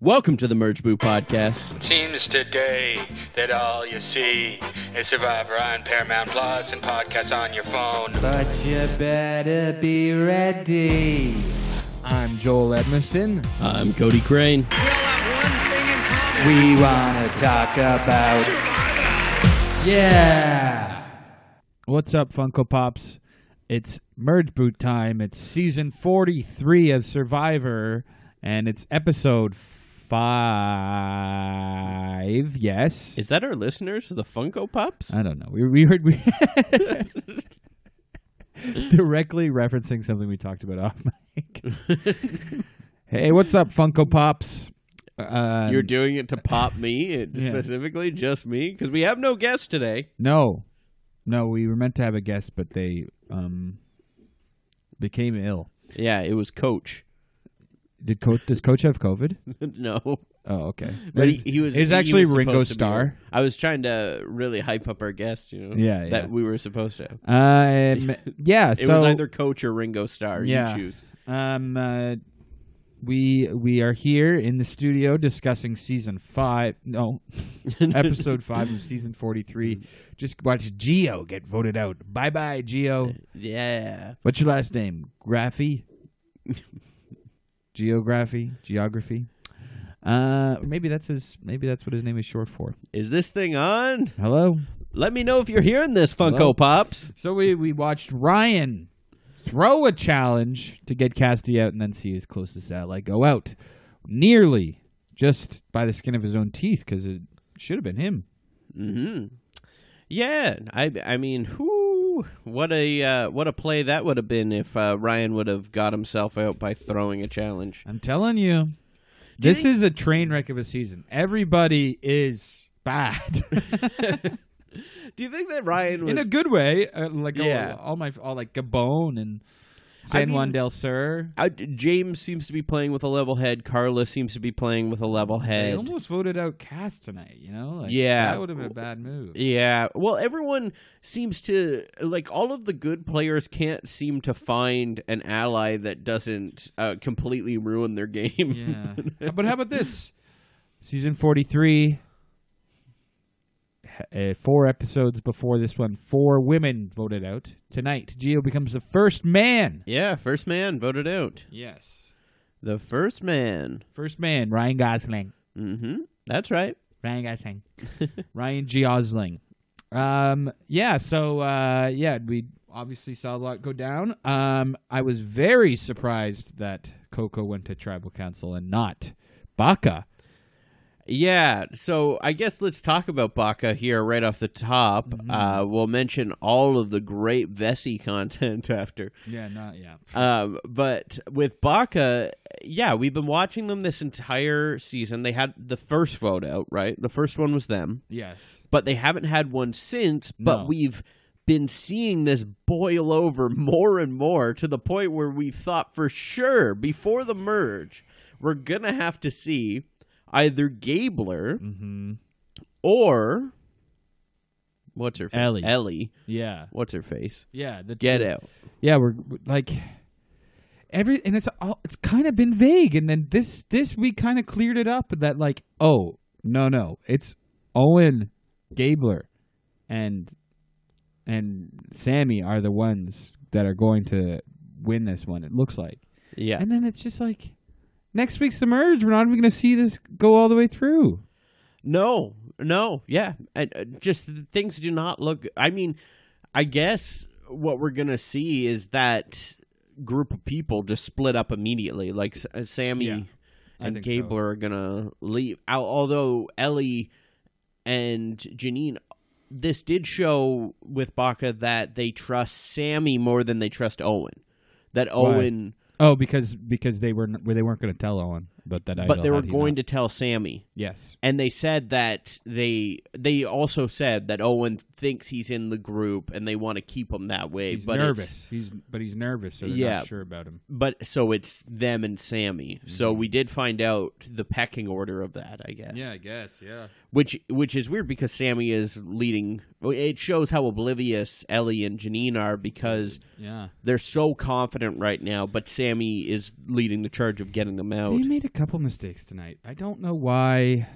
Welcome to the Merge Boo Podcast. Seems today that all you see is Survivor on Paramount Plus and podcasts on your phone. But you better be ready. I'm Joel Edmiston. I'm Cody Crane. We want to talk about. Yeah! What's up, Funko Pops? It's Merge Boot time. It's season 43 of Survivor, and it's episode five. Yes. Is that our listeners, the Funko Pops? I don't know. We, we heard we directly referencing something we talked about off mic. hey, what's up, Funko Pops? Uh, You're doing it to pop me and Yeah. specifically, just me, because we have no guest today. no, no. We were meant to have a guest, but they um became ill. Yeah, it was Coach. Did coach does coach have COVID? no, Oh, okay. but he, he was. It's he actually was supposed Ringo to be- Starr. I was trying to really hype up our guest. You know, Yeah, yeah. that we were supposed to. Um, yeah. It so was either Coach or Ringo Starr. Yeah. You choose. Um, uh, we we are here in the studio discussing season five. No, episode five of season forty three. Just watch Geo get voted out. Bye bye, Geo. Yeah, What's your last name? Graphy. Geography. Geography. Uh, maybe that's his. Maybe that's what his name is short for. is this thing on? Hello. Let me know if you're hearing this, Funko Hello? Pops. So we we watched Ryan throw a challenge to get Casty out and then see his closest ally go out, nearly just by the skin of his own teeth because it should have been him. Hmm. Yeah, I I mean, whoo, what a uh, what a play that would have been if uh, Ryan would have got himself out by throwing a challenge. I'm telling you, Do you this think- is a train wreck of a season. Everybody is bad Do you think that Ryan was in a good way. Uh, like Yeah. all, all my all like Gabon and San I mean- Juan del Sur. I- James seems to be playing with a level head. Carla seems to be playing with a level They head. almost voted out Cass tonight. You know, like, Yeah. that would have been a bad move. Yeah. Well, everyone seems to like all of the good players can't seem to find an ally that doesn't uh, completely ruin their game. Yeah. but how about this? Season 43, h- uh, four episodes before this one, four women voted out. Tonight, Geo becomes the first man. yeah, first man voted out. Yes. The first man. First man, Ryan Gosling. Mm-hmm. That's right. Ryan Gosling. Ryan Gosling. Um, yeah, so uh, yeah, we obviously saw a lot go down. Um, I was very surprised that Coco went to tribal council and not Baca. Yeah. So I guess let's talk about Baca here right off the top. Uh, we'll mention all of the great Vessi content after. Yeah, not yeah. Um, but with Baca, yeah, we've been watching them this entire season. They had the first vote out, right? The first one was them, Yes. but they haven't had one since. But No. we've been seeing this boil over more and more to the point where we thought for sure before the merge we're gonna have to see either Gabler Mm-hmm. or what's her face? Ellie. Ellie. Yeah. What's her face? Yeah. The, Get out. Yeah, we're we're, like every and it's all it's kind of been vague, and then this this we kind of cleared it up that like oh no no it's Owen Gabler and and Sammy are the ones that are going to win this one. It looks like, Yeah. and then it's just like next week's the merge. We're not even going to see this go all the way through. No, no, yeah. I, I- just th- things do not look. I mean, I guess what we're gonna see is that group of people just split up immediately. Like S- uh, Sammy Yeah, I and think so. Gabler are gonna leave. Al- Although Ellie and Janine, this did show with Baca that they trust Sammy more than they trust Owen. That Owen, Oh, because because they were where they weren't going to tell Owen, but that but they were going to tell Sammy. yes and they said that they they also said that Owen thinks he's in the group and they want to keep him that way. he's but it's- nervous. He's but he's nervous, so they're Yeah. not sure about him. but so it's them and Sammy. So we did find out the pecking order of that, I guess. I guess. Mm-hmm. Yeah. Which which is weird because Sammy is leading. It shows how oblivious Ellie and Janine are because Yeah. they're so confident right now, but Sammy is leading the charge of getting them out. They made a couple mistakes tonight. I don't know why.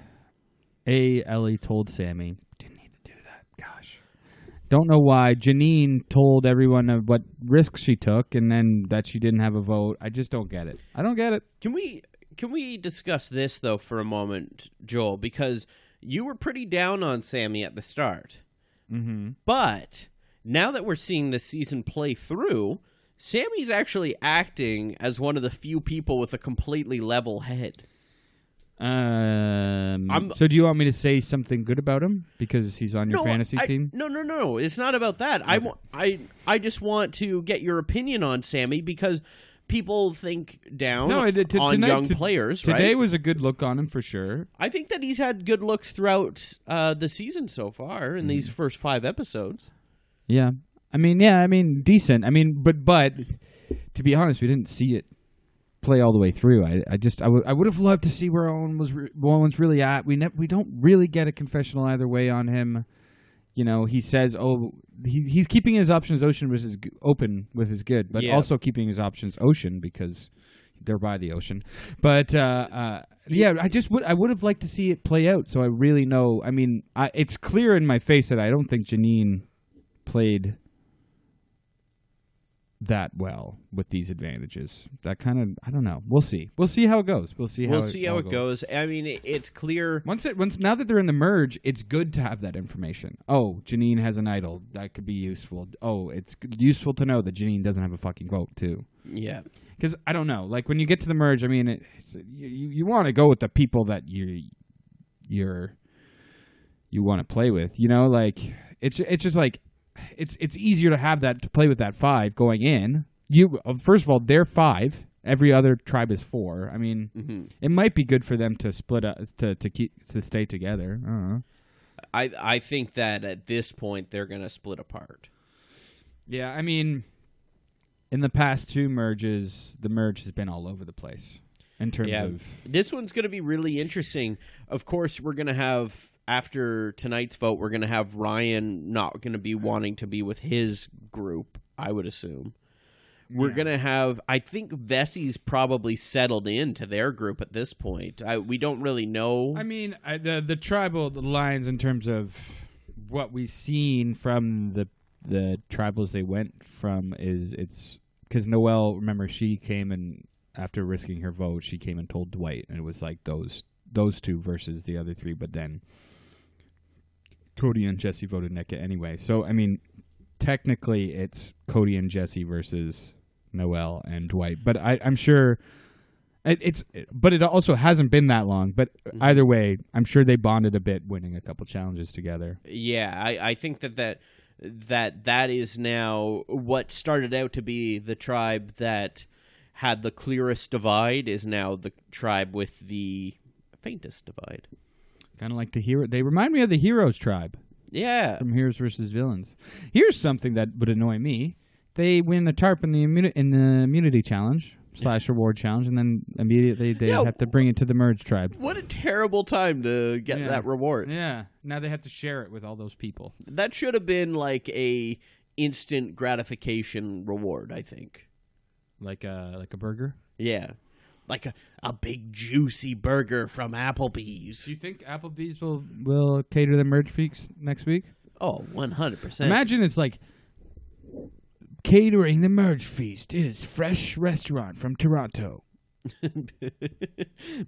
A Ellie told Sammy didn't need to do that. Gosh. Don't know why Janine told everyone of what risks she took, and then that she didn't have a vote. I just don't get it. I don't get it. Can we can we discuss this though for a moment, Joel? Because you were pretty down on Sammy at the start, Mm-hmm. but now that we're seeing this season play through, Sammy's actually acting as one of the few people with a completely level head. Um, I'm- so do you want me to say something good about him because he's on your fantasy I- team? No, no, no. It's not about that. I, wa- I, I just want to get your opinion on Sammy because people think down No, I did- t- on tonight- young t- players. Today right? was a good look on him for sure. I think that he's had good looks throughout uh, the season so far in Mm. these first five episodes. Yeah. I mean, yeah, I mean, decent. I mean, but but to be honest, we didn't see it play all the way through. I, I just I would have loved to see where Owen was re- where Owen's really at. We never we don't really get a confessional either way on him. You know, he says, "Oh, he, he's keeping his options ocean versus g- open with his good, but Yeah. also keeping his options ocean because they're by the ocean." But uh, uh, yeah, I just would I would have liked to see it play out. So I really know. I mean, I, it's clear in my face that I don't think Janine played that well with these advantages. That kind of I don't know. We'll see. We'll see how it goes. We'll see. we'll how see how all it goes. I mean, it, it's clear. Once it once now that they're in the merge, it's good to have that information. Oh, Janine has an idol that could be useful. Oh, it's useful to know that Janine doesn't have a fucking vote too. Yeah. Because I don't know, like when you get to the merge, I mean, it, it's, you you want to go with the people that you you're you want to play with, you know, like it's it's just like it's it's easier to have that to play with that five going in. You uh, first of all, they're five. Every other tribe is four. I mean, it might be good for them to split up to to keep to stay together. I don't know. I I think that at this point they're gonna split apart. Yeah, I mean, in the past two merges, the merge has been all over the place in terms Yeah. of This one's gonna be really interesting. Of course, we're gonna have after tonight's vote, we're gonna have Ryan not gonna be wanting to be with his group. I would assume. We're Yeah. gonna have. I think Vessie's probably settled into their group at this point. I, we don't really know. I mean, I, the the tribal lines in terms of what we've seen from the the tribals they went from is it's because Noelle, remember, she came and after risking her vote, she came and told Dwight, and it was like those those two versus the other three. But then Cody and Jesse voted NECA anyway, so I mean, technically it's Cody and Jesse versus Noelle and Dwight. But I, I'm sure it, it's, but it also hasn't been that long. But Mm-hmm. either way, I'm sure they bonded a bit, winning a couple challenges together. Yeah, I, I think that that that that is now what started out to be the tribe that had the clearest divide is now the tribe with the faintest divide. Kind of like the hero. They remind me of the heroes tribe Yeah. from Heroes versus Villains. Here's something that would annoy me: they win a tarp in the immu- in the immunity challenge. slash reward challenge, and then immediately they Yeah. have to bring it to the merge tribe. What a terrible time to get Yeah. that reward. Yeah. Now they have to share it with all those people. That should have been like a instant gratification reward, I think. Like a like a burger. Yeah. Like a, a big juicy burger from Applebee's. Do you think Applebee's will will cater the merge freaks next week? Oh, 100%. Imagine it's like catering the merge feast is fresh restaurant from Toronto.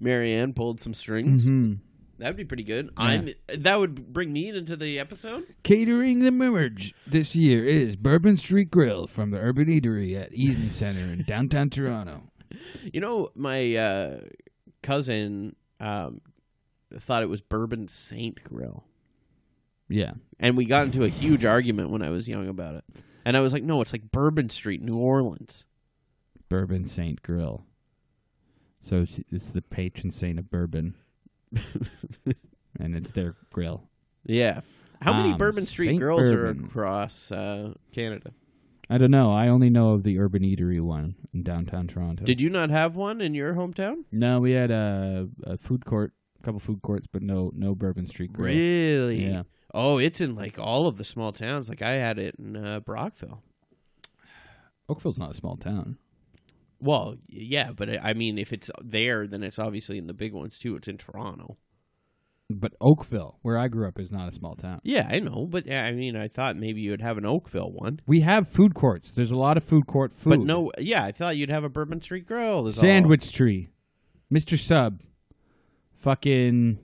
Marianne pulled some strings. Mm-hmm. That'd be pretty good. I'm that would bring me into the episode. Catering the merge this year is Bourbon Street Grill from the Urban Eatery at Eden Center in downtown Toronto. You know, my uh, cousin um, thought it was Bourbon Saint Grill, Yeah. and we got into a huge argument when I was young about it. And I was like, "No, it's like Bourbon Street, New Orleans." Bourbon Saint Grill. So it's- it's the patron saint of bourbon. and it's their grill. Yeah. How many Um, Bourbon Street Saint girls Bourbon. are across uh, Canada? I don't know. I only know of the Urban Eatery one in downtown Toronto. Did you not have one in your hometown? No, we had a, a food court, a couple food courts, but no no Bourbon Street Grill. Really? Yeah. Oh, it's in like all of the small towns. Like I had it in uh, Brockville. Oakville's not a small town. Well, yeah, but uh, I I mean, if it's there, then it's obviously in the big ones too. It's in Toronto. But Oakville, where I grew up, is not a small town. Yeah, I know, but yeah, I mean, I thought maybe you'd have an Oakville one, We have food courts. There's a lot of food court food. but no, yeah, I thought you'd have a Bourbon Street Grill. is all. Sandwich Tree, Mr. Sub, fucking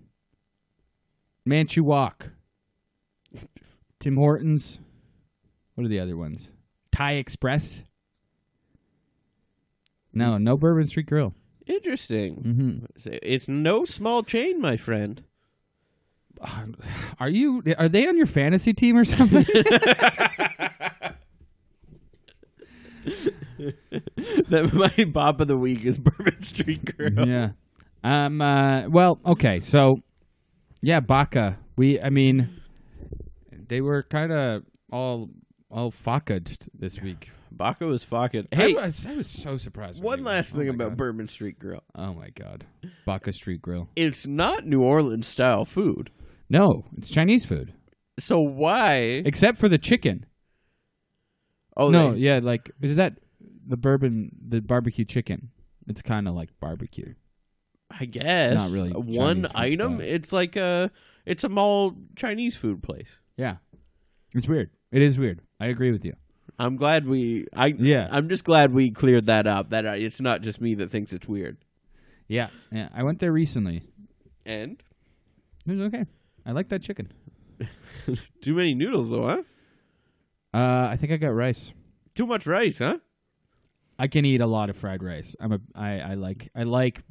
Manchu Walk, Tim Hortons. What are the other ones? Thai Express. No, no Bourbon Street Grill. Interesting. Mm-hmm. It's no small chain, my friend. Are you? Are they on your fantasy team or something? That my bop of the week is Bourbon Street Grill. yeah. Um. Uh, well. Okay. So, yeah, Baca. We. I mean, they were kind of all all fucked this week. Baco is fucking. I Hey, was, I was so surprised. when one they- last oh thing my about God. Bourbon Street Grill. Oh my god, Baca Street Grill. It's not New Orleans style food, No, it's Chinese food, so why? except for the chicken. Oh no, they- yeah, like is that the bourbon, the barbecue chicken? It's kind of like barbecue. I guess uh, Not really Chinese one food item. style. It's like a it's a mall Chinese food place. Yeah, it's weird. It is weird. I agree with you. I'm glad we I Yeah. I'm just glad we cleared that up. That I, it's not just me that thinks it's weird. Yeah, yeah. I went there recently. And It was okay. I like that chicken. too many noodles though, huh? Uh, I think I got rice. Too much rice, huh? I can eat a lot of fried rice. I'm a I, I like I like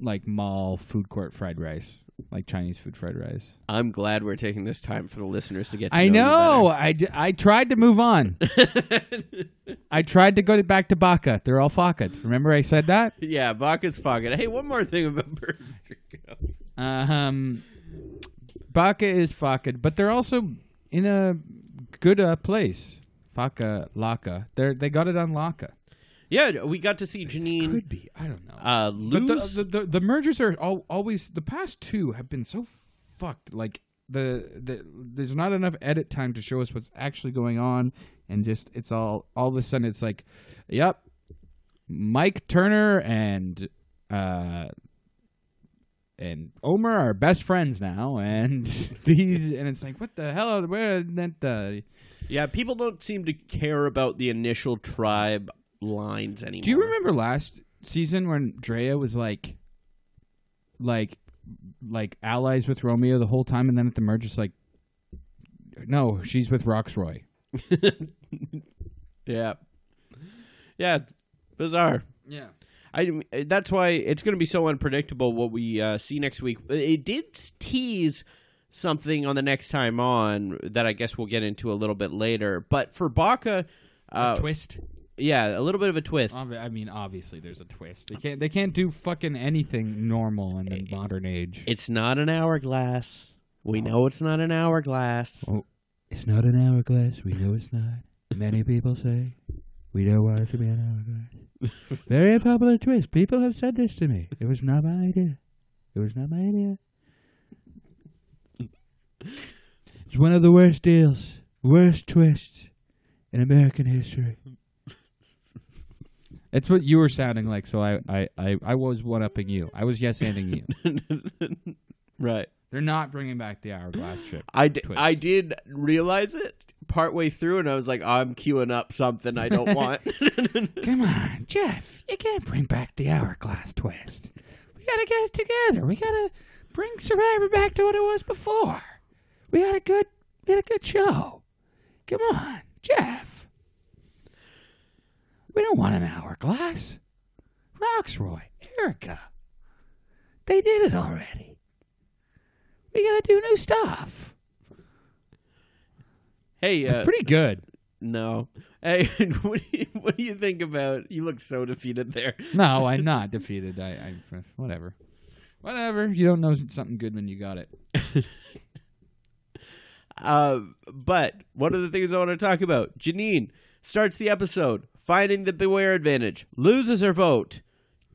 like mall food court fried rice, like Chinese food fried rice. I'm glad we're taking this time for the listeners to get. To I know. know. you I, d- I tried to move on. better. I tried to go to- back to Baca. They're all Baca. Remember I said that? yeah, Bacchus Foggett. Hey, one more thing about Bourbon Street Grill. Um, Baca is Baca, but they're also in a good uh, place. Baca Laka. They they got it on Laka. Yeah, we got to see Janine Could be. I don't know. uh, But lose. the, the, the the mergers are all, always the past two have been so fucked. Like the, the there's not enough edit time to show us what's actually going on, and just it's all all of a sudden it's like, yep, Mike Turner and uh and Omer are best friends now, and these and it's like what the hell? Where that the Yeah, people don't seem to care about the initial tribe lines anymore. Do you remember last season when Drea was like, like, like allies with Romeo the whole time, and then at the merge, it's like, no, she's with Roxroy. Yeah, yeah, bizarre. Yeah. I that's why it's going to be so unpredictable what we uh, see next week. It did tease something on the next time on that I guess we'll get into a little bit later. But for Baca, uh, twist. yeah, a little bit of a twist. Obvi- I mean, obviously, there's a twist. They can't. They can't do fucking anything normal in the modern age. It's not an hourglass. We Uh, know it's not an hourglass. It's not an hourglass. We know it's not. Many people say We don't want it to be an hourglass. Very popular twist. People have said this to me. It was not my idea. It was not my idea. It's one of the worst deals, worst twists in American history. That's what you were sounding like, so I, I, I, I was one upping you. I was yes anding you. Right. They're not bringing back the hourglass trip. I, d- Twist. I did realize it partway through, and I was like, I'm queuing up something I don't want. Come on, Jeff. You can't bring back the hourglass twist. We gotta get it together. We gotta bring Survivor back to what it was before. We had a good we had a good show. Come on, Jeff. We don't want an hourglass. Roxroy, Erica. They did it already. We gotta do new stuff. hey, uh, It's pretty good. no. Hey, what do, you, what do you think about? You look so defeated there. No, I'm not defeated. I, I whatever. Whatever. You don't know something good when you got it. Uh, but one of the things I want to talk about Janine starts the episode finding the beware advantage, loses her vote,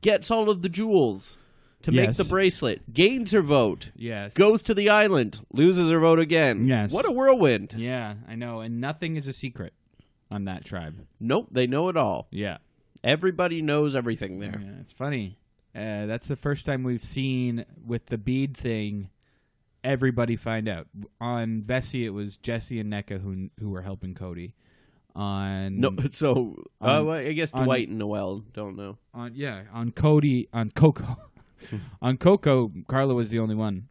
gets all of the jewels to Yes. make the bracelet, gains her vote, Yes. goes to the island, loses her vote again. Yes. What a whirlwind. Yeah, I know. And nothing is a secret on that tribe. Nope, they know it all. Yeah. Everybody knows everything there. Yeah, it's funny. Uh, that's the first time we've seen with the bead thing. Everybody find out on Vessi. It was Jesse and NECA who who were helping Cody. On No, so uh, On- well, I guess on- Dwight and Noel don't know. on yeah on Cody on Coco on Coco. Carla was the only one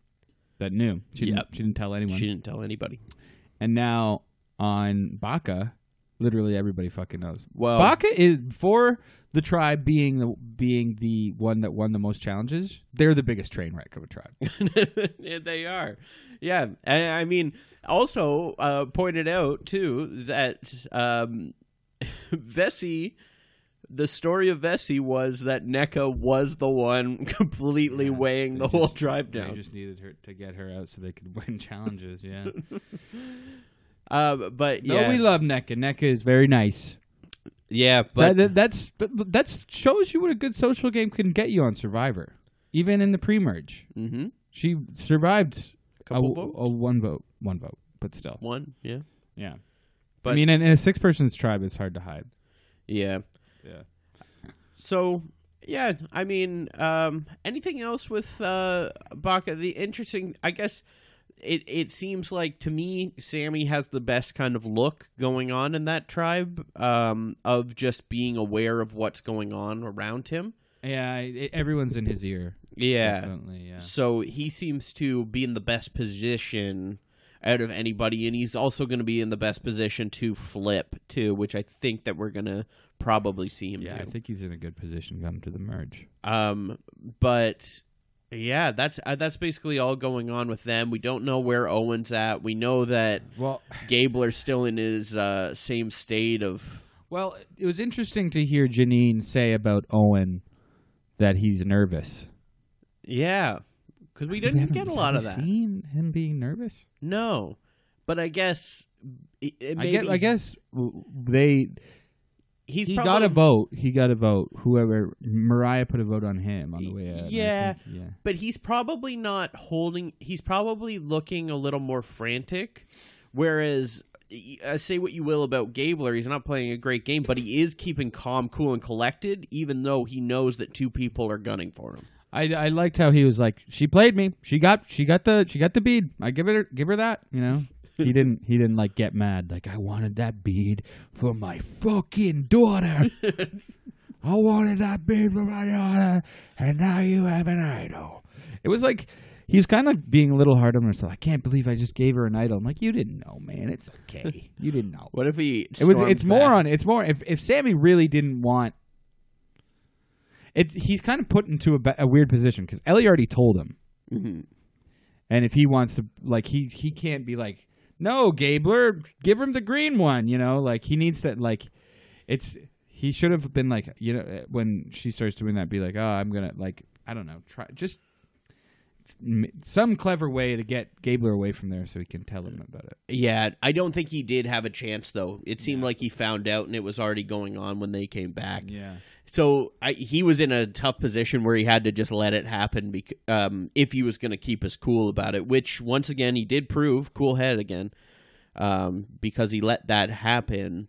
that knew. She didn't, Yep. she didn't tell anyone. She didn't tell anybody. and now on Baca, literally everybody fucking knows. Well, Baca is for the tribe being the being the one that won the most challenges. They're the biggest train wreck of a tribe. Yeah, they are. Yeah, and I mean, also uh, pointed out too that um, Vessi, the story of Vessi was that NECA was the one completely weighing the whole tribe They down. just needed her to get her out so they could win challenges. Yeah. Um, but yeah, No, we love NECA. NECA is very nice. yeah, But but that, that's that that's- shows you what a good social game can get you on Survivor, even in the pre-merge. hmm She survived Couple a, votes? a one vote, one vote, but still, one, yeah, yeah. But- I mean, in, in a six-person's tribe, it's hard to hide. yeah. Yeah. So yeah, I mean, um, anything else with uh, Baca? The interesting, I guess. It it seems like to me, Sammy has the best kind of look going on in that tribe um, of just being aware of what's going on around him. Yeah, i i- everyone's in his ear. Yeah. Definitely, yeah. So he seems to be in the best position out of anybody, and he's also going to be in the best position to flip too, which I think that we're going to probably see him Yeah, do. I think he's in a good position come to the merge. Um, but yeah, that's uh, that's basically all going on with them. We don't know where Owen's at. We know that Well, Gabler's still in his uh, same state of well, it was interesting to hear Janine say about Owen that he's nervous. yeah, because we didn't get a lot of that. Seen him being nervous. No, but I guess it, it I guess, maybe- I guess w- they he's he probably, got a vote. He got a vote. Whoever Mariah put a vote on him on the way out. and I Yeah. think- yeah. but he's probably not holding. He's probably looking a little more frantic, whereas. y- Uh, say what you will about Gabler, he's not playing a great game, but he is keeping calm, cool, and collected, even though he knows that two people are gunning for him. I, I liked how he was like, she played me. She got she got the she got the bead. I give it give her that. You know, he didn't he didn't like get mad. Like I wanted that bead for my fucking daughter. I wanted that bead for my daughter, and now you have an idol. It was like he's kind of being a little hard on himself. I can't believe I just gave her an idol. I'm like, you didn't know, man. It's okay. you didn't know. What if he? It was. storms It's more back? on. It's more. If if Sammy really didn't want, it he's kind of put into a, ba- a weird position because Ellie already told him, Mhm. and if he wants to, like he he can't be like, no, Gabler, give him the green one. You know, like he needs to like, it's he should have been like eh, you know when she starts doing that, be like, oh, I'm gonna like I don't know, try just m- some clever way to get Gabler away from there so he can tell him about it. Yeah, I don't think he did have a chance though. It seemed like he found out and it was already going on when they came back. Yeah. So I, he was in a tough position where he had to just let it happen bec- um, if he was going to keep us cool about it, which once again he did prove cool head again um, because he let that happen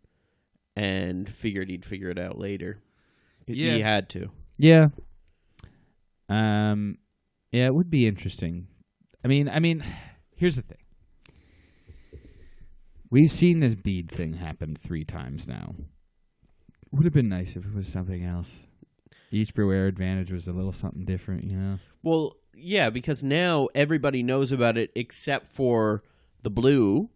and figured he'd figure it out later. Yeah. He had to. Yeah. Um yeah, it would be interesting. I mean, I mean, here's the thing. We've seen this bead thing happen 3 times now. Would have been nice if it was something else. Each beware advantage was a little something different, you know. Well, yeah, because now everybody knows about it except for the blue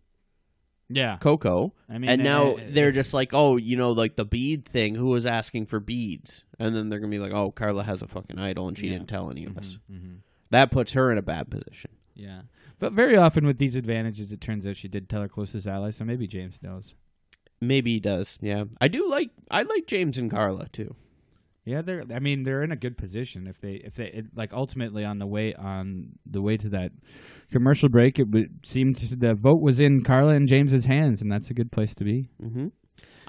Yeah. Coco. I mean, and now uh, uh, they're just like, oh, you know, like the bead thing. Who was asking for beads? And then they're gonna be like, oh, Carla has a fucking idol, and she Yeah. didn't tell any of us. mhm. That puts her in a bad position. Yeah. But very often with these advantages it turns out she did tell her closest ally, so maybe James knows. Maybe he does. Yeah, I do like I like James and Carla too. Yeah, they're. I mean, they're in a good position if they if they it, like ultimately on the way on the way to that commercial break. It would seem to, the vote was in Carla and James's hands, and that's a good place to be. Mm-hmm.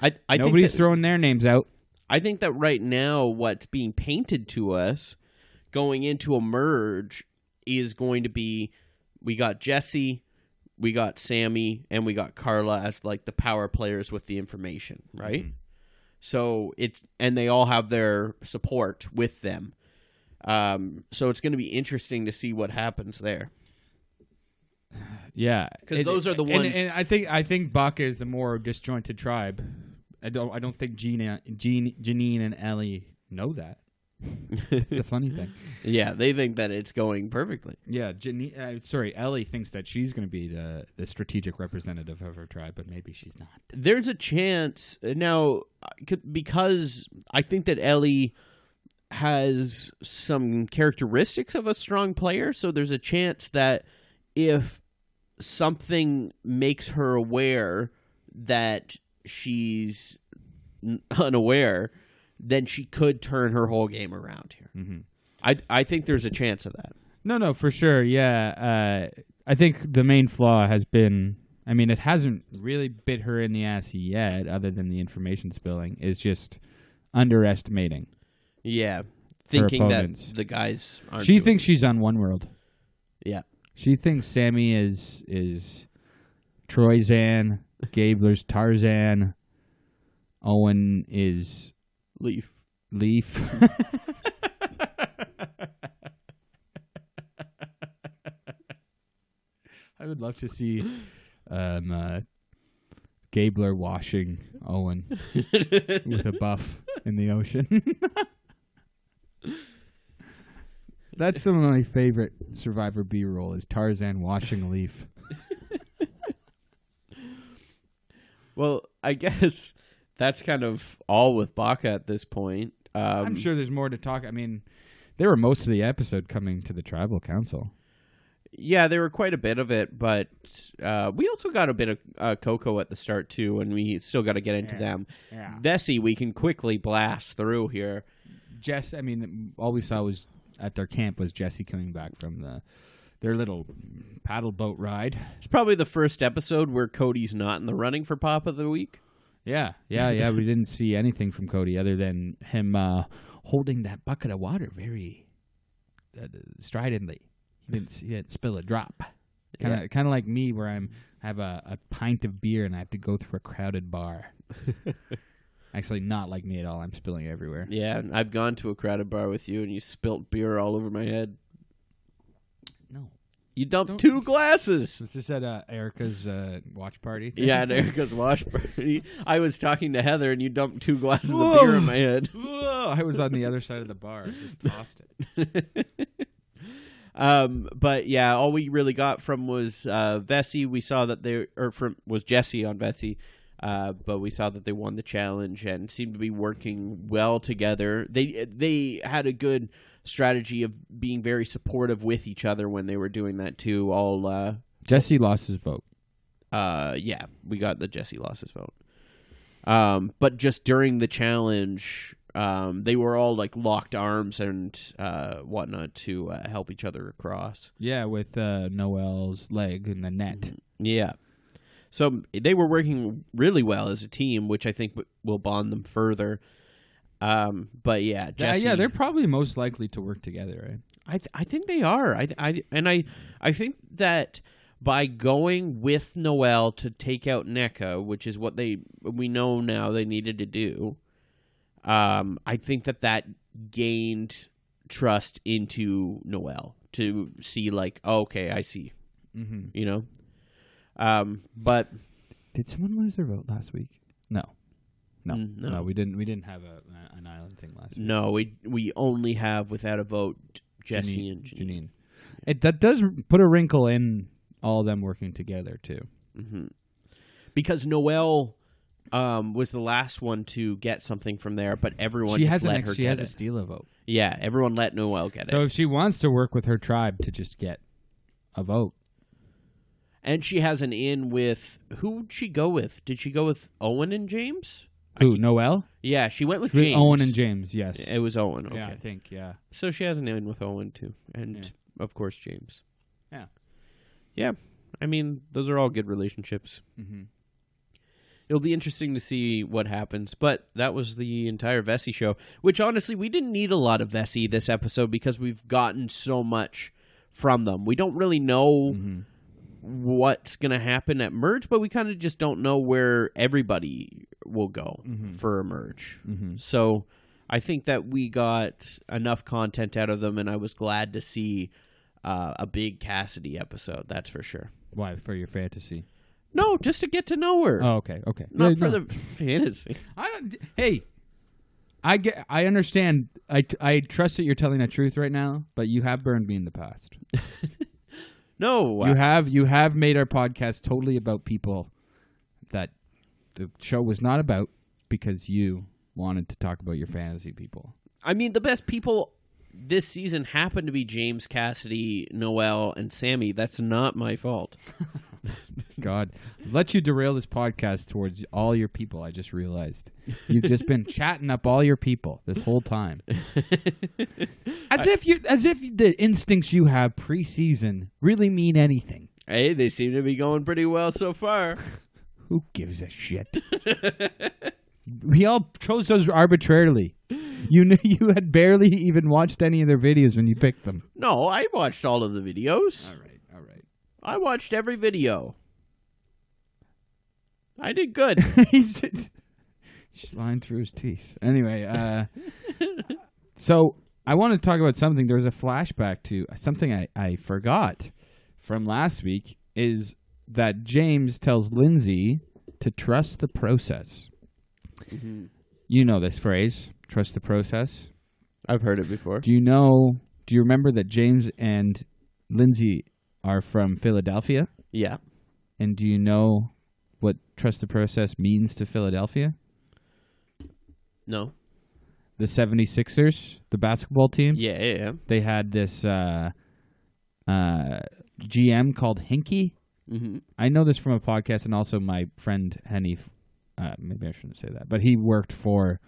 I I Nobody's think that, throwing their names out. I think that right now what's being painted to us going into a merge is going to be we got Jesse, we got Sammy, and we got Carla as like the power players with the information, right? Mm-hmm. So it's and they all have their support with them. Um, so it's going to be interesting to see what happens there. Yeah, 'Cause It- those are the and- ones- And, I think I think Buck is a more disjointed tribe. I don't I don't think Gina, Jean, Janine, and Ellie know that. It's the funny thing. Yeah, they think that it's going perfectly. Yeah, Janine. Uh, sorry, Ellie thinks that she's going to be the the strategic representative of her tribe, but maybe she's not. there's a chance uh, now c- because I think that Ellie has some characteristics of a strong player, so there's a chance that if something makes her aware that she's n- unaware, then she could turn her whole game around here. Mm-hmm. I I think there's a chance of that. No, no, for sure. Yeah. Uh, I think the main flaw has been I mean, it hasn't really bit her in the ass yet, other than the information spilling, is just underestimating. Yeah, thinking opponents. that the guys aren't. she doing- thinks she's on one world. Yeah. She thinks Sammy is is Troyzan, Gabler's Tarzan, Owen is leaf. Leaf. I would love to see um, uh, Gabler washing Owen with a buff in the ocean. That's some of my favorite Survivor B roll is Tarzan washing a leaf. Well, I guess that's kind of all with Baca at this point. Um, I'm sure there's more to talk. I mean, they were most of the episode coming to the tribal council. Yeah, there were quite a bit of it, but uh, we also got a bit of uh, Coco at the start too, and we still got to get into them. Yeah. Vessi, we can quickly blast through here. Jess, I mean, all we saw was at their camp was Jesse coming back from the their little paddle boat ride. It's probably the first episode where Cody's not in the running for Pop of the Week. Yeah, yeah, yeah. we didn't see anything from Cody other than him uh, holding that bucket of water very uh, stridently. He didn't, he didn't spill a drop. Kind of, kind of like me, where I'm I have a, a pint of beer and I have to go through a crowded bar. Actually, not like me at all. I'm spilling everywhere. Yeah, and I've gone to a crowded bar with you, and you spilt beer all over my head. No, You dumped Don't- two glasses. was this at uh, Erica's uh, watch party? thing? Yeah, at Erica's wash party, I was talking to Heather, and you dumped two glasses Whoa. of beer in my head. Whoa, I was on the other side of the bar. I just tossed it. Um, but yeah, all we really got from was uh, Vessi. We saw that they or from was Jesse on Vessi, uh, but we saw that they won the challenge and seemed to be working well together. They they had a good strategy of being very supportive with each other when they were doing that too. All uh, Jesse lost his vote. uh, yeah, we got the Jesse lost his vote. Um, but just during the challenge, um, they were all like locked arms and uh, whatnot to uh, help each other across. Yeah, with uh, Noel's leg in the net. Yeah. So they were working really well as a team, which I think w- will bond them further. Um, but yeah, Yeah, Jesse, yeah, they're probably most likely to work together, right? I th- I think they are. I, th- I th- and I I think that by going with Noel to take out NECA, which is what they we know now they needed to do, um, I think that that gained trust into Noel to see like, oh, okay, I see, Mm-hmm. you know. Um, but Did someone lose their vote last week? No. No. Mm, no. No, we didn't we didn't have a, an island thing last week. no, we we only have without a vote Jesse and Mm, Janine. Janine. It that does put a wrinkle in all of them working together too. because Noelle um, was the last one to get something from there, but everyone she just has an let ex- her she get has it. a steal a vote. yeah, everyone let Noelle get So it, if she wants to work with her tribe to just get a vote, and she has an in with who'd she go with? Did she go with Owen and James? I who keep- Noel, yeah, she went with With James. Owen and James, yes. It was Owen. Okay, Yeah, I think yeah. so she has an in with Owen too, and Yeah. of course James. Yeah. yeah. I mean, those are all good relationships. Mm-hmm. it'll be interesting to see what happens. But that was the entire Vessi show, which honestly we didn't need a lot of Vessi this episode because we've gotten so much from them. We don't really know what's going to happen at merge, but we kind of just don't know where everybody will go Mm-hmm. for a merge. So I think that we got enough content out of them, and I was glad to see. Uh, a big Cassidy episode, that's for sure. Why for your fantasy? No, just to get to know her. Oh, okay, okay. Not Yeah, for no. the fantasy. I don't. Hey, I get. I understand. I I trust that you're telling the truth right now, but you have burned me in the past. No, uh, You have you have made our podcast totally about people that the show was not about because you wanted to talk about your fantasy people. I mean, the best people this season happen to be James Cassidy, Noel, and Sammy. That's not my fault. God, I've let you derail this podcast towards all your people. I just realized you've just been chatting up all your people this whole time, as if you, as if the instincts you have preseason really mean anything. Hey, they seem to be going pretty well so far. Who gives a shit? we all chose those arbitrarily. You knew you had barely even watched any of their videos when you picked them. No, I watched all of the videos. right, all right. I watched every video. I did good. He's just lying through his teeth. Anyway, uh, so I want to talk about something. There was a flashback to something I, I forgot from last week is that James tells Lindsay to trust the process. Mm-hmm. You know this phrase, trust the process. I've heard it before. Do you know? Do you remember that James and Lindsay are from Philadelphia? Yeah. And do you know what trust the process means to Philadelphia? No. The 76ers, the basketball team, Yeah, yeah, yeah. they had this uh, uh, GM called Hinky. Mm-hmm. I know this from a podcast, and also my friend Hanif. Uh, maybe I shouldn't say that, but he worked for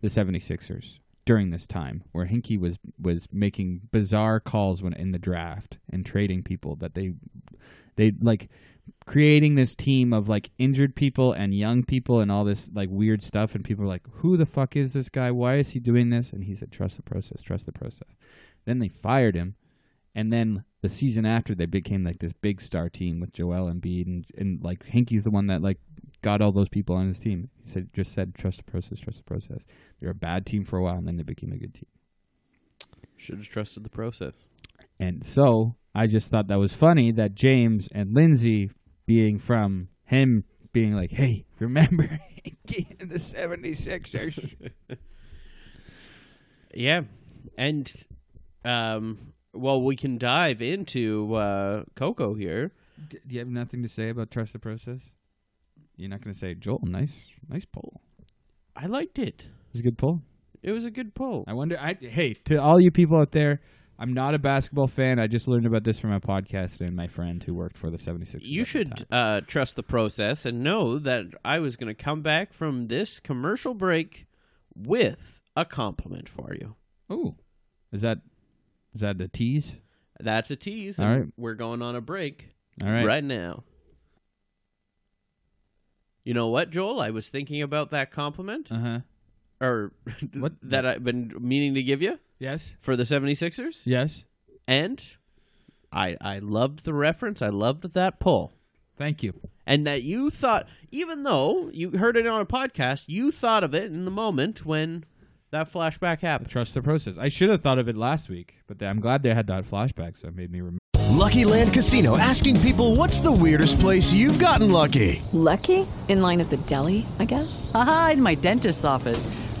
the 76ers during this time, where Hinkie was was making bizarre calls when in the draft and trading people that they they like creating this team of like injured people and young people and all this like weird stuff and people are like who the fuck is this guy why is he doing this and he said trust the process trust the process then they fired him and then the season after, they became like this big star team with Joel Embiid and and like Hinkie's the one that like got all those people on his team. He said just said trust the process, trust the process. They were a bad team for a while, and then they became a good team. Should have trusted the process. And so I just thought that was funny that James and Lindsay being from him being like, hey, remember Hinkie and the 76ers? Yeah. And um well, we can dive into uh Coco here. Do you have nothing to say about trust the process? You're not going to say Joel, nice, nice poll. I liked it. It was a good poll. It was a good pull. I wonder. I hey to all you people out there. I'm not a basketball fan. I just learned about this from a podcast and my friend who worked for the 76ers. You at the should time. uh, trust the process and know that I was going to come back from this commercial break with a compliment for you. Oh, is that is that a tease? That's a tease. All and right. We're going on a break All right. right. now. You know what, Joel? I was thinking about that compliment Uh huh. or What? that I've been meaning to give you Yes. for the 76ers. Yes. And I I loved the reference. I loved that pull. Thank you. And that you thought even though you heard it on a podcast, you thought of it in the moment when that flashback happened. Trust the process. I should have thought of it last week, but I'm glad they had that flashback, so it made me remember. Lucky Land Casino asking people what's the weirdest place you've gotten lucky? Lucky? In line at the deli, I guess? Aha, in my dentist's office.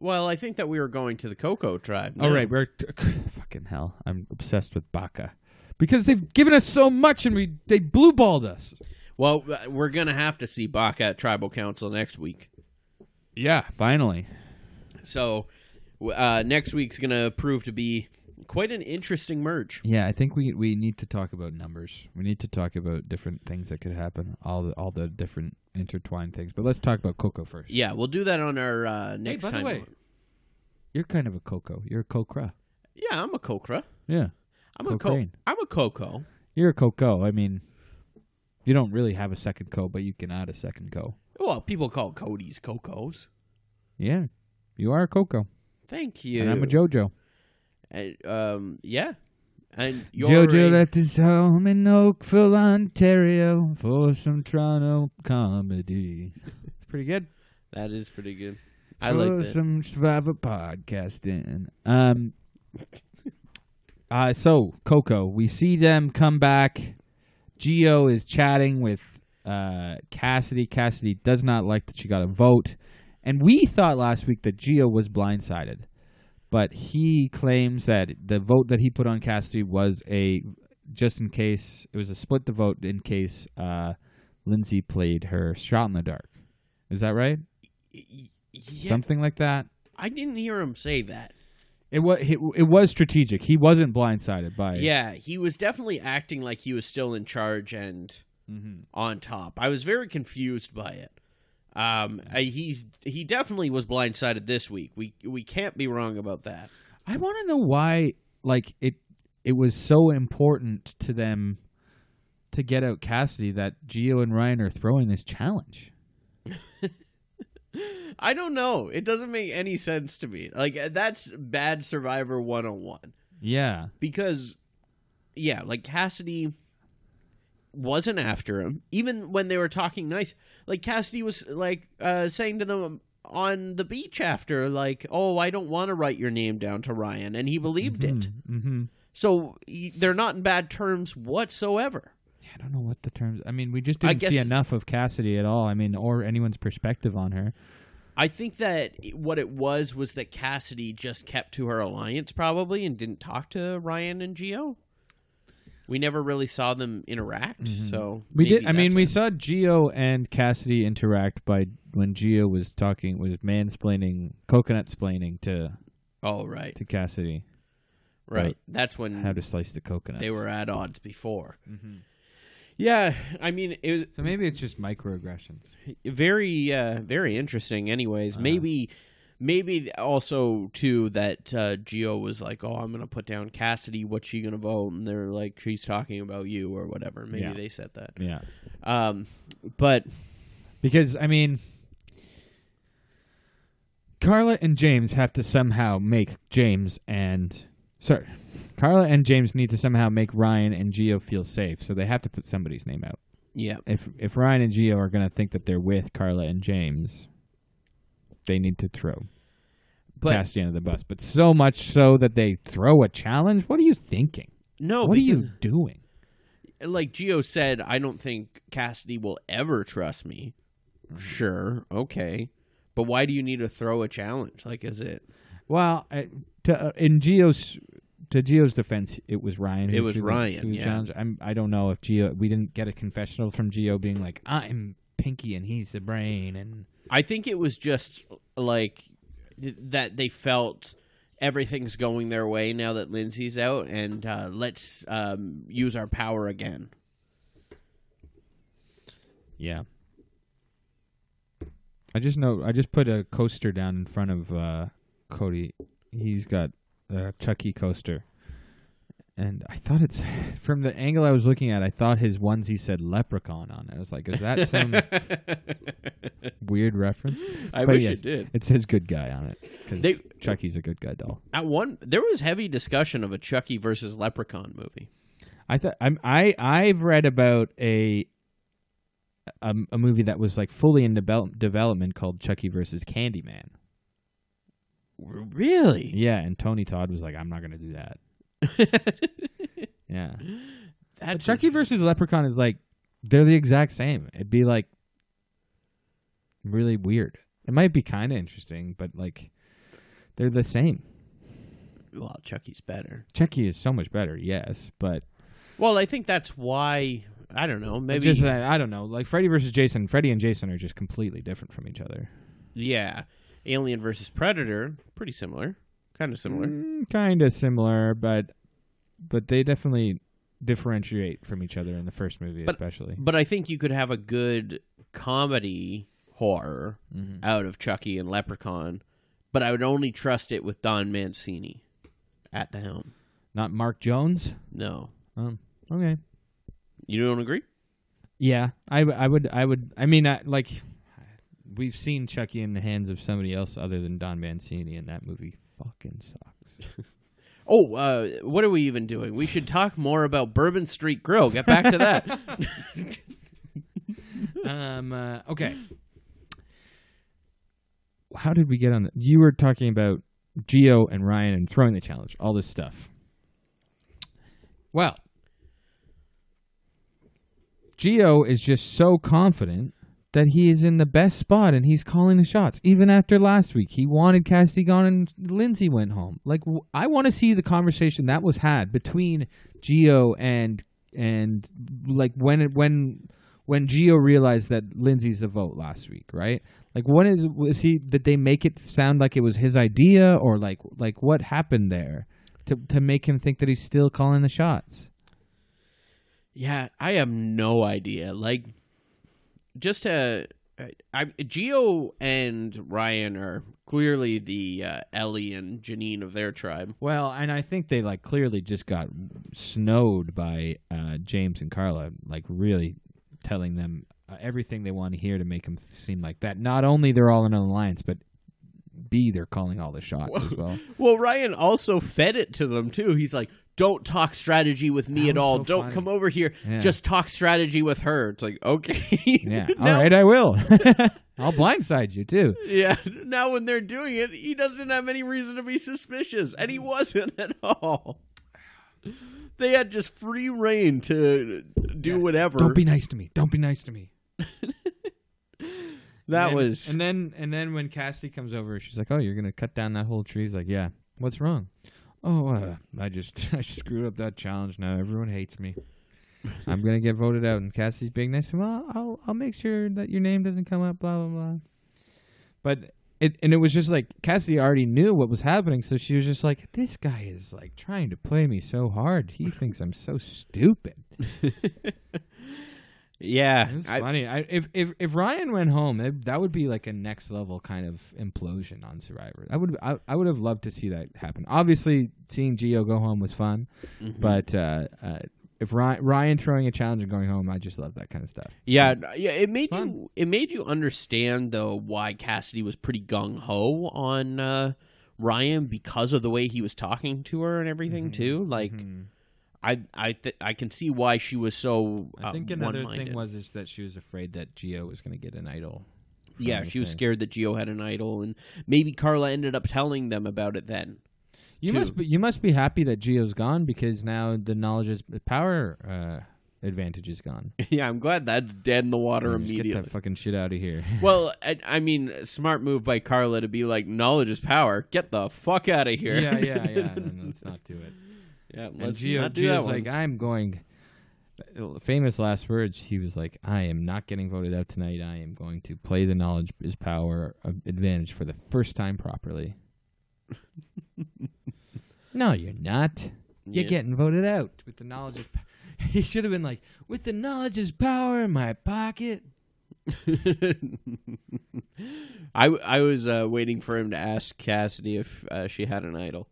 Well, I think that we were going to the Coco tribe. All now. Oh, right, we're t- fucking hell. I'm obsessed with Baka because they've given us so much and we they blueballed us. Well, uh, we're going to have to see Bach at Tribal Council next week. Yeah, finally. So w- uh, next week's going to prove to be quite an interesting merge. Yeah, I think we we need to talk about numbers. We need to talk about different things that could happen. All the all the different intertwined things. But let's talk about Coco first. Yeah, we'll do that on our uh, next by the time. way- You're kind of a Coco. You're a Cocra. Yeah, I'm a Kokra. Yeah, I'm a co- Cocaine. I'm a Coco. you're a Coco. I mean, you don't really have a second co, but you can add a second co. Well, people call Cody's Cocos. Yeah, you are a Coco, Thank you. and I'm a JoJo. And, um, yeah. And you're Jojo a- left his home in Oakville, Ontario, for some Toronto comedy. It's pretty good. that is pretty good. I like for that. some Survivor podcasting. Um, uh, so Coco, we see them come back. Geo is chatting with uh, Cassidy. Cassidy does not like that she got a vote, and we thought last week that Geo was blindsided, but he claims that the vote that he put on Cassidy was a just in case it was a split the vote in case uh, Lindsay played her shot in the dark. Is that right? Yeah, Something like that. I didn't hear him say that. It was it, it was strategic. He wasn't blindsided by it. Yeah, he was definitely acting like he was still in charge and Mm-hmm. on top. I was very confused by it. Um, I, he's he definitely was blindsided this week. We we can't be wrong about that. I want to know why like it it was so important to them to get out Cassidy that Gio and Ryan are throwing this challenge. I don't know. It doesn't make any sense to me. Like uh, that's bad Survivor 101 Yeah. because yeah, like Cassidy wasn't after him even when they were talking nice. Like Cassidy was like uh saying to them on the beach after like, "Oh, I don't want to write your name down to Ryan." And he believed it. Mm-hmm. So y- they're not in bad terms whatsoever. I don't know what the terms. I mean, we just I didn't see guess- enough of Cassidy at all. I mean, or anyone's perspective on her. I think that it- what it was was that Cassidy just kept to her alliance probably and didn't talk to Ryan and Geo. We never really saw them interact, so Mm-hmm. We maybe did. I mean, that's we it. saw Geo and Cassidy interact by when Geo was talking was mansplaining, coconut splaining to Oh right, to Cassidy. right. That's when how to slice the coconut. they were at odds before. Mm-hmm. Yeah, I mean it was so maybe it's just microaggressions. very uh very interesting anyways Uh-huh. maybe maybe also too that uh geo was like oh i'm gonna put down cassidy what's she gonna vote and they're like she's talking about you or whatever maybe Yeah. they said that Yeah, um but because I mean, Carla and James have to somehow make James and sorry, Carla and James need to somehow make Ryan and Geo feel safe. So they have to put somebody's name out. yeah If if Ryan and Geo are gonna think that they're with Carla and James, they need to throw but Cassidy under the bus. But so much so that they throw a challenge. What are you thinking? no what are because, you doing? like geo said i don't think cassidy will ever trust me sure okay but why do you need to throw a challenge like is it Well, I, to, uh, in Geo's uh, to Geo's defense, it was Ryan. who It was threw the- Ryan, threw the yeah. challenge. I'm, I don't know if Geo. We didn't get a confessional from Geo being like, "I'm Pinky and he's the brain," and I think it was just like th- that they felt everything's going their way now that Lindsay's out, and uh, let's um, use our power again. yeah. I just know. I just put a coaster down in front of uh, Cody. He's got a Chucky coaster, and I thought it's from the angle I was looking at. I thought his onesie said "leprechaun" on it. I was like, "Is that some weird reference?" I But wish yes, it did. It says "good guy" on it They- because Chucky's a good guy doll. At one, there was heavy discussion of a Chucky versus Leprechaun movie. I thought I'm I I've read about a a, a movie that was like fully in devel- development called Chucky versus Candyman. Really? Yeah, and Tony Todd was like, I'm not gonna do that. yeah, That's Chucky versus Leprechaun is like they're the exact same. It'd be like really weird. It might be kind of interesting, but like they're the same. well, Chucky's better. Chucky is so much better, yes, but Well, I think that's why I don't know. Maybe just that I don't know. Like Freddy versus Jason, Freddy and Jason are just completely different from each other. yeah. Alien versus Predator, pretty similar, kind of similar. Mm, kind of similar, but but they definitely differentiate from each other in the first movie, But- especially. But I think you could have a good comedy horror out of Chucky and Leprechaun, but I would only trust it with Don Mancini at the helm. Not Mark Jones. No. Um, okay. You don't agree? Yeah, I, w- I would I would I mean I, like we've seen Chucky in the hands of somebody else other than Don Mancini, and that movie fucking sucks. Oh, uh, what are we even doing? We should talk more about Bourbon Street Grill. Get back to that. um. Uh, okay. How did we get on? The, you were talking about Geo and Ryan and throwing the challenge, all this stuff. Well, Geo is just so confident that he is in the best spot and he's calling the shots. Even after last week, he wanted Cassidy gone and Lindsay went home. Like w- I want to see the conversation that was had between Geo and and like when it, when when Geo realized that Lindsay's the vote last week, right? Like when is was he did they make it sound like it was his idea or like like what happened there to to make him think that he's still calling the shots? Yeah, I have no idea. Like, just to, uh, I, Geo and Ryan are clearly the uh, Ellie and Janine of their tribe. Well, and I think they like clearly just got snowed by uh, James and Carla, like really telling them uh, everything they want to hear to make them seem like that. Not only they're all in an alliance, but B, they're calling all the shots as well. Well, Ryan also fed it to them too. He's like, "Don't talk strategy with me at That was all. so Don't funny. come over here. Yeah. Just talk strategy with her." It's like, okay, Yeah. All now, right, I will. I'll blindside you too. yeah. Now when they're doing it, he doesn't have any reason to be suspicious, and Mm. he wasn't at all. They had just free reign to do whatever. Don't be nice to me. Don't be nice to me. that And- was And then and then when Cassie comes over, she's like, "Oh, you're gonna cut down that whole tree." He's like, "Yeah. What's wrong?" Oh, uh, I just I screwed up that challenge. Now everyone hates me. I'm gonna get voted out. And Cassie's being nice. Well, I'll I'll make sure that your name doesn't come up. Blah blah blah. But it and it was just like Cassie already knew what was happening, so she was just like, "This guy is like trying to play me so hard. He thinks I'm so stupid." yeah. It was I- funny. I, if if if Ryan went home, that, that would be like a next level kind of implosion on Survivor. I would I, I would have loved to see that happen. Obviously, seeing Geo go home was fun, Mm-hmm. but uh, uh, if Ryan, Ryan throwing a challenge and going home, I just love that kind of stuff. Yeah, n- yeah. It made Fun. you it made you understand though why Cassidy was pretty gung ho on uh, Ryan because of the way he was talking to her and everything Mm-hmm. too. Like, I I th- I can see why she was so. Uh, I think another one-minded. thing was is that she was afraid that Geo was going to get an idol. yeah, she was scared that Geo had an idol, and maybe Carla ended up telling them about it then. You Two. must be you must be happy that Geo's gone because now the knowledge is the power uh, advantage is gone. yeah, I'm glad that's dead in the water Just immediately. get that fucking shit out of here. well, I, I mean, smart move by Carla to be like, knowledge is power. Get the fuck out of here. Yeah, yeah, yeah. No, no, let's not do it. Yeah, And let's Geo, not do that Geo's one. like, I'm going. Famous last words. He was like, "I am not getting voted out tonight. I am going to play the knowledge is power advantage for the first time properly." no, you're not. You're Yeah. getting voted out with the knowledge. Of, he should have been like, "With the knowledge is power in my pocket." I w- I was uh, waiting for him to ask Cassidy if uh, she had an idol.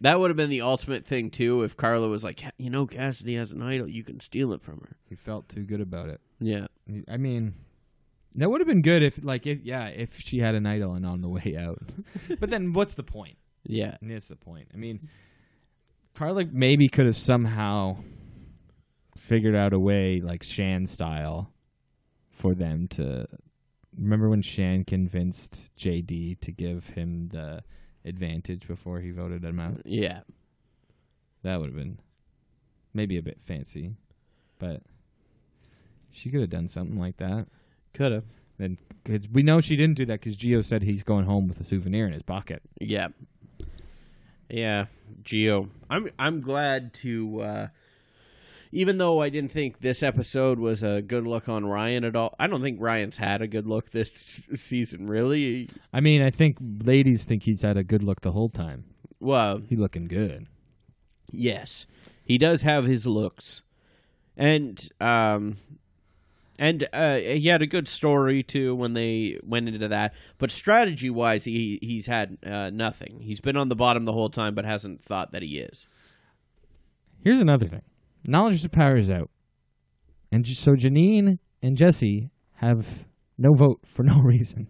That would have been the ultimate thing too. If Carla was like, you know, Cassidy has an idol, you can steal it from her. He felt too good about it. Yeah, I mean, that would have been good if, like, if yeah, if she had an idol and on the way out. but then, what's the point? yeah. And that's the point. I mean, Carla maybe could have somehow figured out a way, like Shan style, for them to. Remember when Shan convinced JD to give him the advantage before he voted him out? Yeah. That would have been maybe a bit fancy, but she could have done something like that. Could have. Then 'cause we know she didn't do that because Geo said he's going home with a souvenir in his pocket. Yeah. Yeah, Geo. I'm I'm glad to uh even though I didn't think this episode was a good look on Ryan at all. I don't think Ryan's had a good look this s- season really. I mean, I think ladies think he's had a good look the whole time. Well, He looking good. yes. He does have his looks. And um and uh, he had a good story too when they went into that. But strategy wise, he he's had uh, nothing. He's been on the bottom the whole time, but hasn't thought that he is. Here's another thing: knowledge is power is out, and j- so Janine and Jesse have no vote for no reason.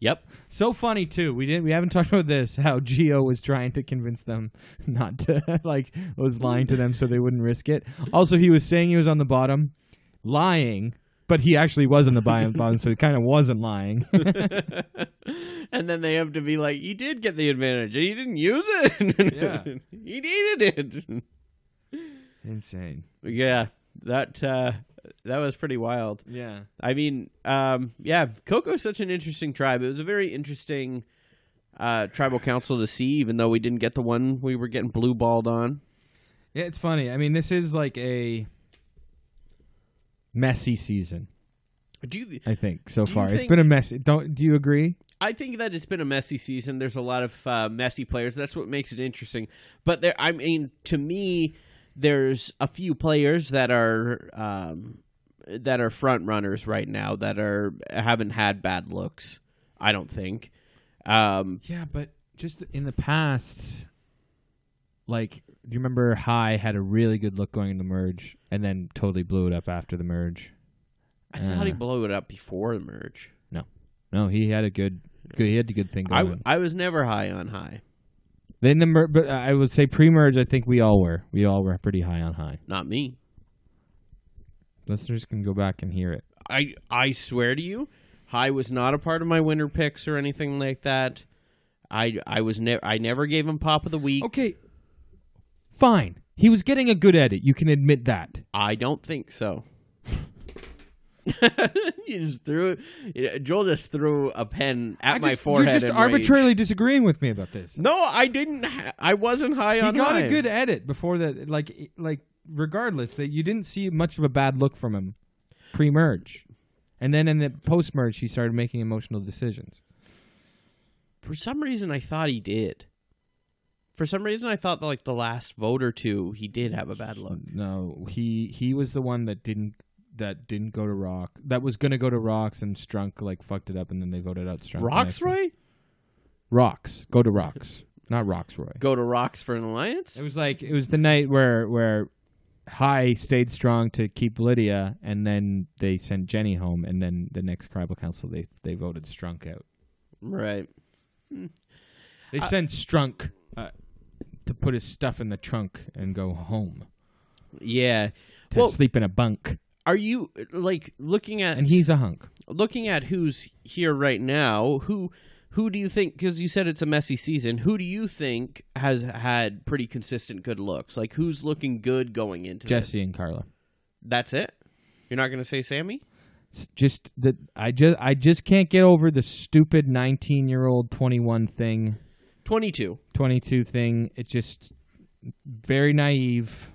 Yep. So funny too. We didn't. We haven't talked about this. How Geo was trying to convince them not to like was lying to them so they wouldn't risk it. Also, he was saying he was on the bottom, lying, but he actually was on the bottom, bottom so he kind of wasn't lying. and then they have to be like, "You did get the advantage. and You didn't use it. Yeah. he needed it. Insane. yeah, that uh, that was pretty wild. Yeah. I mean, um, yeah, Coco's such an interesting tribe. It was a very interesting uh, tribal council to see, even though we didn't get the one we were getting blue balled on. Yeah, it's funny. I mean, this is like a messy season. Do you? I think so you far it's think- been a messy. Don't do you agree? I think that it's been a messy season. There's a lot of uh, messy players. That's what makes it interesting. But there, I mean, to me, there's a few players that are um, that are front runners right now that are haven't had bad looks. I don't think. Um, Yeah, but just in the past, like, do you remember High had a really good look going into merge and then totally blew it up after the merge? I thought he Uh. blew it up before the merge. No, no, he had a good, good he had a good thing I, going. w- I was never high on high. then the mer- but I would say pre-merge, I think we all were, we all were pretty high on High. Not me. Listeners can go back and hear it. I I swear to you, high was not a part of my winter picks or anything like that. I I was never I never gave him pop of the week. Okay, fine. He was getting a good edit. You can admit that. I don't think so. you just threw it. Joel just threw a pen at I my just- forehead. You're just in arbitrarily rage. disagreeing with me about this. No, I didn't. Ha- I wasn't high he on. got a mine. good edit before that like i- like regardless that you didn't see much of a bad look from him pre-merge and then in the post-merge he started making emotional decisions For some reason, I thought he did. For some reason, I thought like the last vote or two, he did have a bad look. no he he was the one that didn't that didn't go to rock that was gonna go to rocks and strunk like fucked it up and then they voted out strunk the Rocks next one. Roy, rocks go to rocks not rocks roy go to Rocks for an alliance. It was like it was the night where where High stayed strong to keep Lydia, and then they sent Jenny home, and then the next tribal council they they voted Strunk out. Right. They sent Strunk uh, to put his stuff in the trunk and go home Yeah. to Well, sleep in a bunk, are you like looking at and he's a hunk. looking at who's here right now, who who do you think? Because you said it's a messy season. Who do you think has had pretty consistent good looks? Like who's looking good going into this? Jesse and Carla. That's it. You're not going to say Sammy. It's just that I just I just can't get over the stupid nineteen year old twenty one thing 22. 22 thing. It just very naive.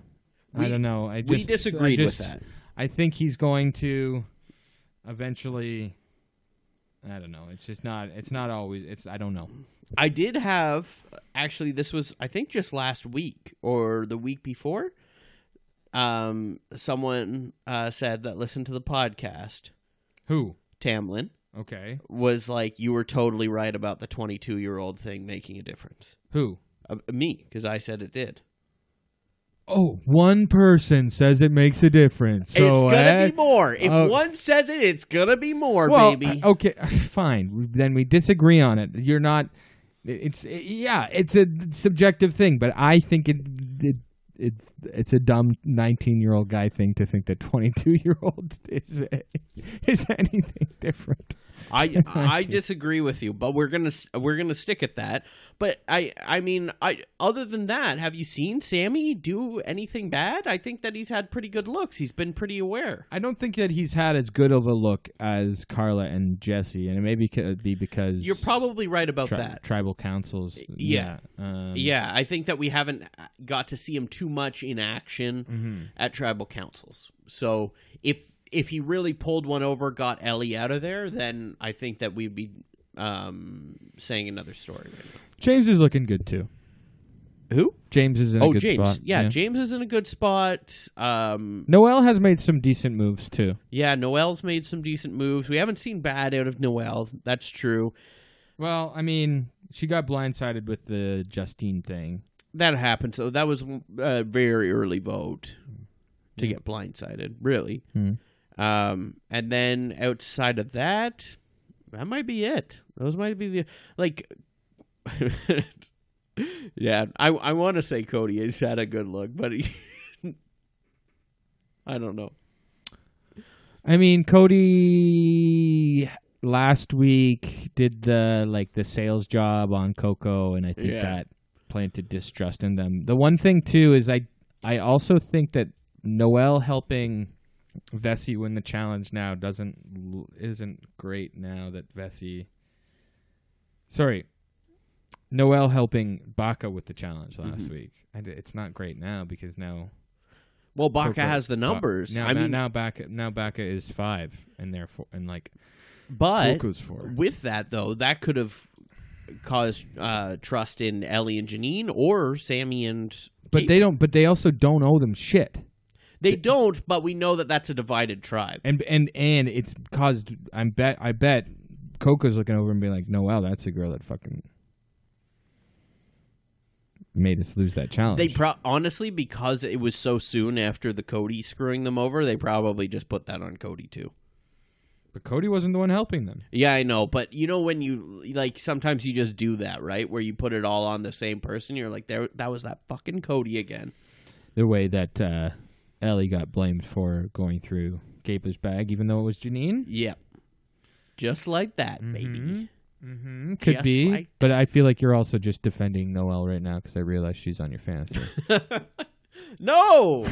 I We- don't know. I we just, disagreed I with just- that. I think he's going to eventually. I don't know. It's just not. It's not always. It's. I don't know. I did have actually this was I think just last week or the week before. Um, someone uh, said that listened to the podcast. Who? Tamlin Okay. was like, "You were totally right about the 22 year old thing making a difference." Who? Uh, me, because I said it did. Oh, one person says it makes a difference. So it's gonna eh, be more. If oh. one says it, it's gonna be more, well, baby. uh, Okay, fine. Then we disagree on it. You're not. It's yeah. It's a subjective thing, but I think it. it it's it's a dumb 19 year old guy thing to think that 22 year old is is anything different. I I disagree with you, but we're gonna s- we're gonna stick at that. But I I mean I other than that, have you seen Sammy do anything bad? I think that he's had pretty good looks. He's been pretty aware. I don't think that he's had as good of a look as Carla and Jesse, and it may be, could be because You're probably right about tri- that. tribal councils. Yeah. yeah. um, Yeah, I think that we haven't uh, got to see him too much in action at tribal councils. So if if he really pulled one over, got Ellie out of there, then I think that we'd be um, saying another story. Right James is looking good too. now. Who? James is in a Oh, good James. spot. Yeah, James is in a good spot. Um, Noel has made some decent moves too. Yeah, Noel's made some decent moves. We haven't seen bad out of Noel. That's true. Well, I mean, she got blindsided with the Justine thing. That happened. So that was a very early vote to get blindsided, really. Hmm. Um, and then outside of that, that might be it. Those might be the like. yeah, I I want to say Cody has had a good look, but he, I don't know. I mean, Cody last week did the like the sales job on Coco, and I think Yeah. that planted distrust in them. The one thing too is I I also think that Noel helping Vessi win the challenge now doesn't l- isn't great now that Vessi. Sorry. Noel helping Baca with the challenge last week, and it's not great now because now Well, Baca Coco- has the Ba- numbers. Now, I mean, now Baca now Baca is five, and therefore and like but Wilco's four. with that though, that could have caused uh, trust in Ellie and Janine or Sammy and. But Kate. they don't. But they also don't owe them shit. they don't. But we know that that's a divided tribe. And and and it's caused. I bet. I bet. Coco's looking over and being like, "No, wow, that's a girl that fucking made us lose that challenge." They pro- honestly, because it was so soon after the Cody screwing them over, they probably just put that on Cody too. but Cody wasn't the one helping them. Yeah, I know, but you know when you like sometimes you just do that, right? Where you put it all on the same person. You're like, there, that was that fucking Cody again. The way that uh, Ellie got blamed for going through Gabler's bag, even though it was Janine, Yep, just like that, baby. could Just be. like but I feel like you're also just defending Noelle right now because I realize she's on your fantasy. No.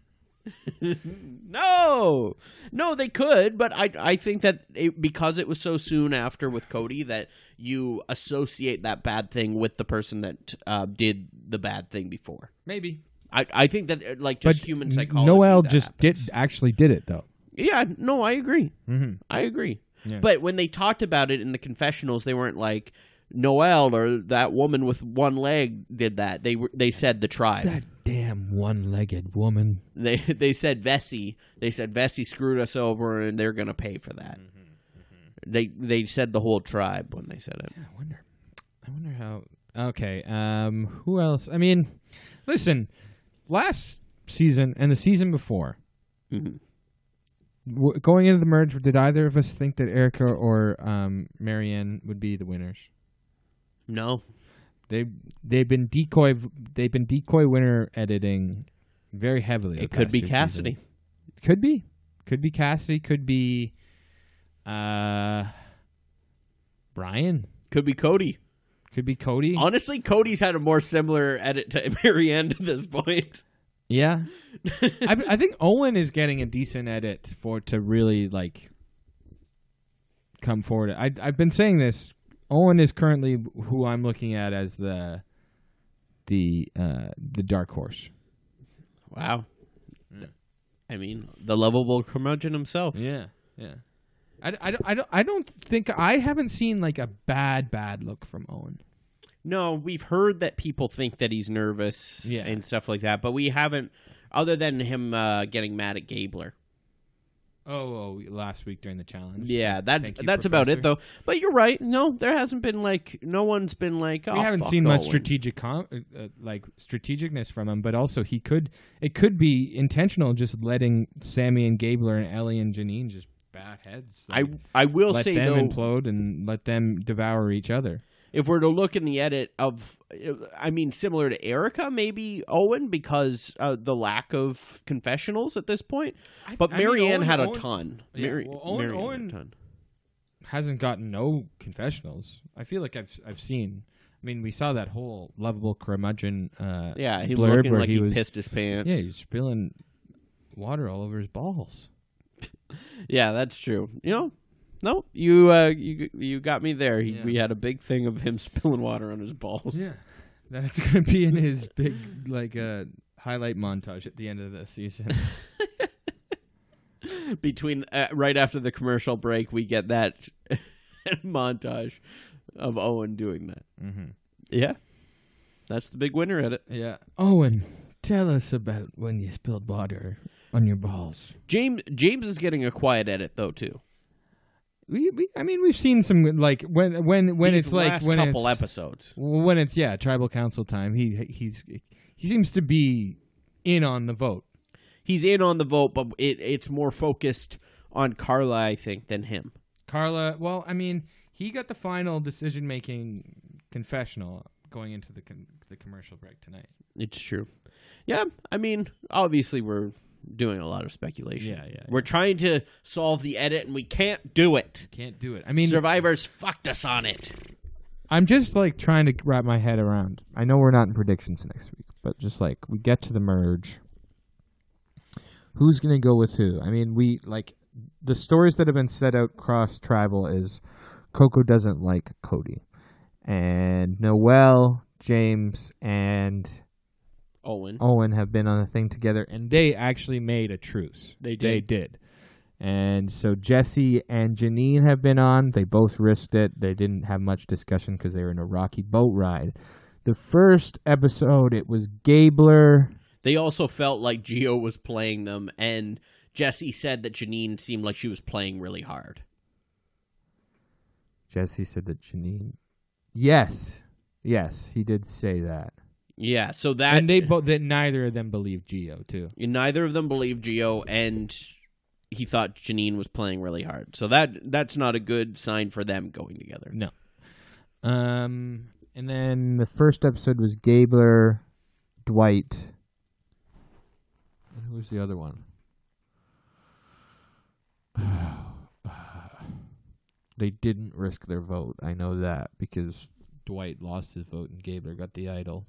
no. No, they could, but I I think that it, because it was so soon after with Cody that you associate that bad thing with the person that uh, did the bad thing before. Maybe. I I think that uh, like just human psychology. Noel that just happens. did actually did Hmm. it though. Yeah, no, I agree. Mm-hmm. I agree. But when they talked about it in the confessionals, they weren't like Noel or that woman with one leg did that. They were they said the tribe. That damn one-legged woman. they they said Vesey. They said Vesey screwed us over, and they're gonna pay for that. Mm-hmm, They they said the whole tribe when they said it. I wonder. I wonder how. Okay. Um. Who else? I mean, listen. Last season and the season before, Mm-hmm. w- going into the merge, did either of us think that Erica or um, Marianne would be the winners? No, They they've been decoy they've been decoy winner editing very heavily. the it could past be two Cassidy. seasons. Could be. Could be Cassidy. Could be. Uh. Brian. Could be Cody. Could be Cody. Honestly, Cody's had a more similar edit to Marianne to this point. Yeah, I, I think Owen is getting a decent edit for to really like come forward. I I've been saying this Owen is currently who I'm looking at as the the uh, the dark horse. Wow. I mean, the lovable curmudgeon himself. Mm. Yeah, yeah. I, I, don't- I, don't, I don't think I haven't seen like a bad bad look from Owen. No, we've heard that people think that he's nervous Yeah. and stuff like that, but we haven't, other than him uh, getting mad at Gabler. Oh, oh, last week during the challenge. Yeah, that's Thank you, that's about it Professor. though. But you're right. No, there hasn't been like no one's been like. Oh, We haven't fuck seen much Owen. strategic com- uh, uh, like strategicness from him, but also he could it could be intentional, just letting Sammy and Gabler and Ellie and Janine just bat heads. I Like, I will let say them though, implode and let them devour each other. if we're to look in the edit of, I mean, similar to Erica, maybe Owen because uh, the lack of confessionals at this point. I- But I mean, Marianne Owen- had a Owen- ton. Yeah, Mary, well, Owen- Marianne Owen- had a ton. Hasn't gotten no confessionals. I feel like I've I've seen. I mean, we saw that whole lovable curmudgeon. Uh, Yeah, he blurb looking where like he, he was pissed his pants. Yeah, he's spilling water all over his balls. Yeah, that's true. You know, no, you uh, you you got me there. He, We had a big thing of him spilling water on his balls. That's gonna be in his big like uh highlight montage at the end of the season. Between uh, right after the commercial break, we get that montage of Owen doing that. Mm-hmm. Yeah, that's the big winner at it. yeah. Owen, tell us about when you spilled water on your balls. James James is getting a quiet edit though too. We, we I mean we've seen some like when when when These it's like last when couple it's episodes. when it's yeah, tribal council time. He he's he seems to be in on the vote. He's in on the vote, but it, it's more focused on Carla, I think, than him. Carla, well, I mean, he got the final decision making confessional going into the con- the commercial break tonight. It's true. Yeah, I mean, obviously we're doing a lot of speculation. Yeah, yeah, We're trying to solve the edit and we can't do it. Can't do it. I mean, Survivors fucked us on it. I'm just like trying to wrap my head around. I know we're not in predictions next week, but just like we get to the merge. Who's going to go with who? I mean, we like the stories that have been set out cross tribal is Coco doesn't like Cody. And Noel, James, and Owen. Owen have been on a thing together, and they actually made a truce. They They did. And so Jesse and Janine have been on. They both risked it. They didn't have much discussion because they were in a rocky boat ride. The first episode, it was Gabler. They also felt like Geo was playing them and Jesse said that Janine seemed like she was playing really hard. Jesse said that Janine. Yes, yes, he did say that. Yeah, so that And they both that neither of them believed Geo too. neither of them believed Geo and he thought Janine was playing really hard. So that that's not a good sign for them going together. No. Um, and then the first episode was Gabler, Dwight. And who was the other one? they didn't risk their vote. I know that because Dwight lost his vote and Gabler got the idol.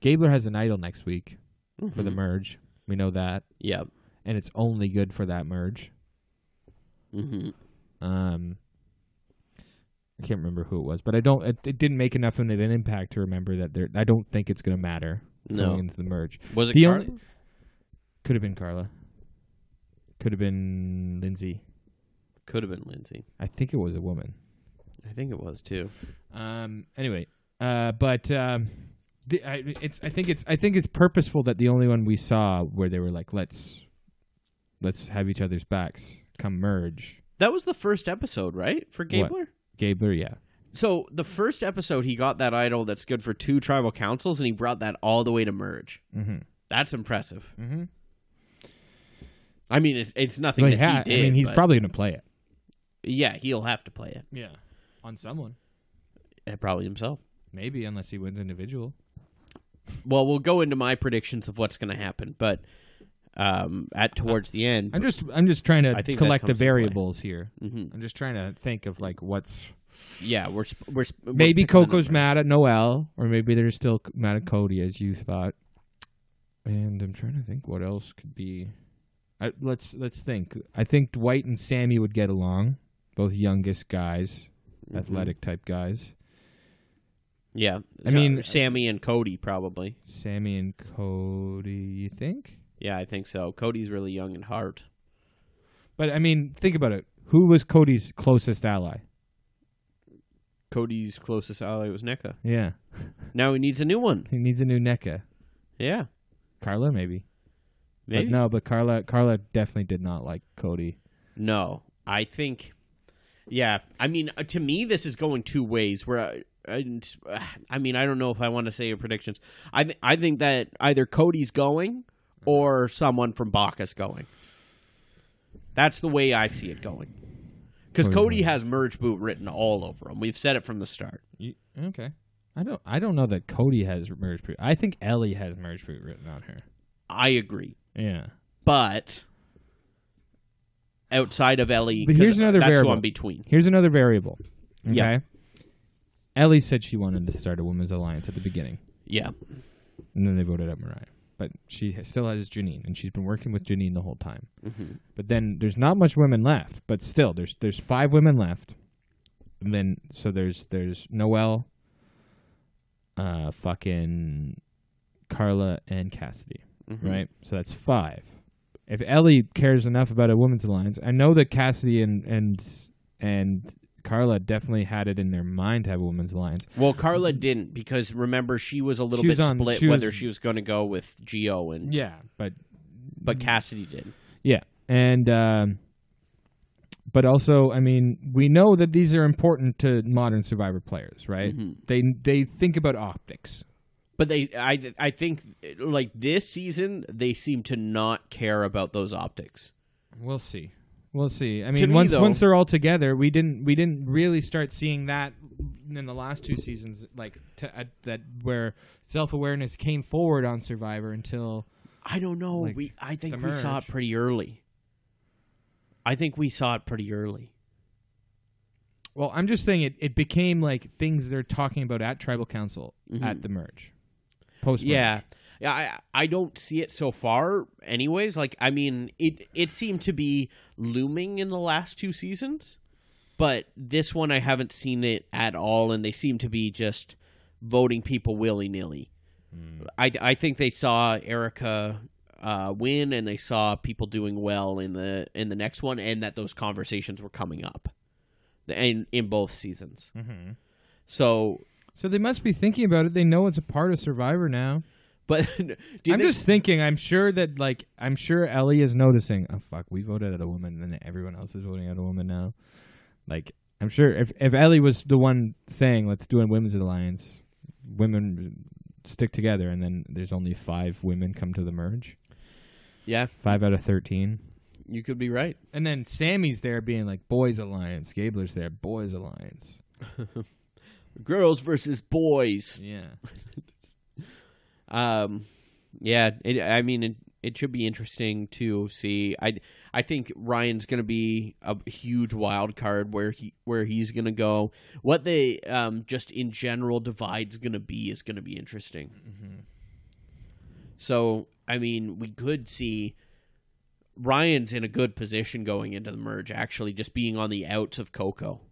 Gabler has an idol next week for the merge. We know that, Yeah. and it's only good for that merge. Mhm. Um, I can't remember who it was, but I don't. It, it didn't make enough of an impact to remember that. There, I don't think it's going to matter No. going into the merge. Was it The Carla? only- Could have been Carla. Could have been Lindsay. Could have been Lindsay. I think it was a woman. I think it was too. Um. Anyway. Uh. But um. The, I, it's. I think it's. I think it's purposeful that the only one we saw where they were like, let's, let's have each other's backs come merge. That was the first episode, right? For Gabler? Gabler. Yeah. So the first episode he got that idol that's good for two tribal councils and he brought that all the way to merge. Mm-hmm. That's impressive. Mm-hmm. I mean it's it's nothing Well, that yeah, he did. I mean, he's but- probably going to play it. Yeah, he'll have to play it. Yeah, on someone And probably himself. maybe, unless he wins individual. Well, we'll go into my predictions of what's gonna happen, but um at towards the end. I'm just, I'm just trying I to think that collect the comes into play. variables here. Mhm. I'm just trying to think of like what's Yeah, we're sp- we're sp- we're maybe picking the Coco's numbers. mad at Noel, or maybe they're still c- mad at Cody, as you thought. And I'm trying to think what else could be. I, let's let's think. I think Dwight and Sammy would get along, both youngest guys. Mm-hmm. athletic type guys. Yeah. uh, I mean- Sammy and Cody probably. Sammy and Cody, you think? Yeah, I think so. Cody's really young in heart. But I mean, think about it. Who was Cody's closest ally? Cody's closest ally was NECA. Yeah, Now he needs a new one. he needs a new NECA. Yeah. Carla, maybe. Maybe. But no, but Carla, Carla definitely did not like Cody. No, I think, yeah. I mean, uh, to me, this is going two ways. Where, I, and uh, I mean, I don't know if I want to say your predictions. I th- I think that either Cody's going or someone from Bacchus going. That's the way I see it going. Because Cody's Cody has merge boot written all over him. We've said it from the start. okay. I don't. I don't know that Cody has merge boot. I think Ellie has merge boot written on her. I agree, Yeah. but outside of Ellie, But 'cause here's another that's variable. one between. Here's another variable. Okay. Yeah. Ellie said she wanted to start a women's alliance at the beginning, Yeah, and then they voted out Mariah. But she ha- still has Janine, and she's been working with Janine the whole time. But then there's not much women left. But still, there's there's five women left. And then so there's there's Noelle, uh, fucking Carla and Cassidy, right? So that's five. If Ellie cares enough about a women's alliance, I know that Cassidy and and and Carla definitely had it in their mind to have a women's alliance. Well, Carla didn't because remember she was a little She bit was on- split she was- whether she was going to go with Geo and Yeah, Mm-hmm. but but Cassidy did. Yeah, and um, but also, I mean, we know that these are important to modern Survivor players, right? Mm-hmm. They they think about optics. But they, I, I think like this season they seem to not care about those optics. We'll see. We'll see. I To mean, me, once though- once they're all together, we didn't we didn't really start seeing that in the last two seasons, like to, at, that where self awareness came forward on Survivor until I don't know. Like, we, I think the we saw it merge. pretty early. I think we saw it pretty early. well, I'm just saying it it became like things they're talking about at Tribal Council at the merge, post merge. Mm-hmm. Yeah. Yeah, I I don't see it so far anyways. Like I mean, it it seemed to be looming in the last two seasons, but this one I haven't seen it at all and they seem to be just voting people willy-nilly. Hmm. I I think they saw Erica uh, win and they saw people doing well in the in the next one and that those conversations were coming up in in both seasons. Mm-hmm. So So they must be thinking about it. They know it's a part of Survivor now. but do I'm they- just thinking. I'm sure that like I'm sure Ellie is noticing. Oh fuck, we voted out a woman, and then everyone else is voting out a woman now. Like I'm sure if if Ellie was the one saying let's do a women's alliance, women stick together, and then there's only five women come to the merge, yeah, five out of thirteen. you could be right. And then Sammy's there being like boys alliance. Gabler's there, boys alliance. girls versus boys. Yeah. Um, yeah, it, I mean, it, it should be interesting to see. I I think Ryan's going to be a huge wild card where he where he's going to go. What they um just in general divide's going to be is going to be interesting. Mm-hmm. So I mean, we could see. Ryan's in a good position going into the merge, actually, just being on the outs of Coco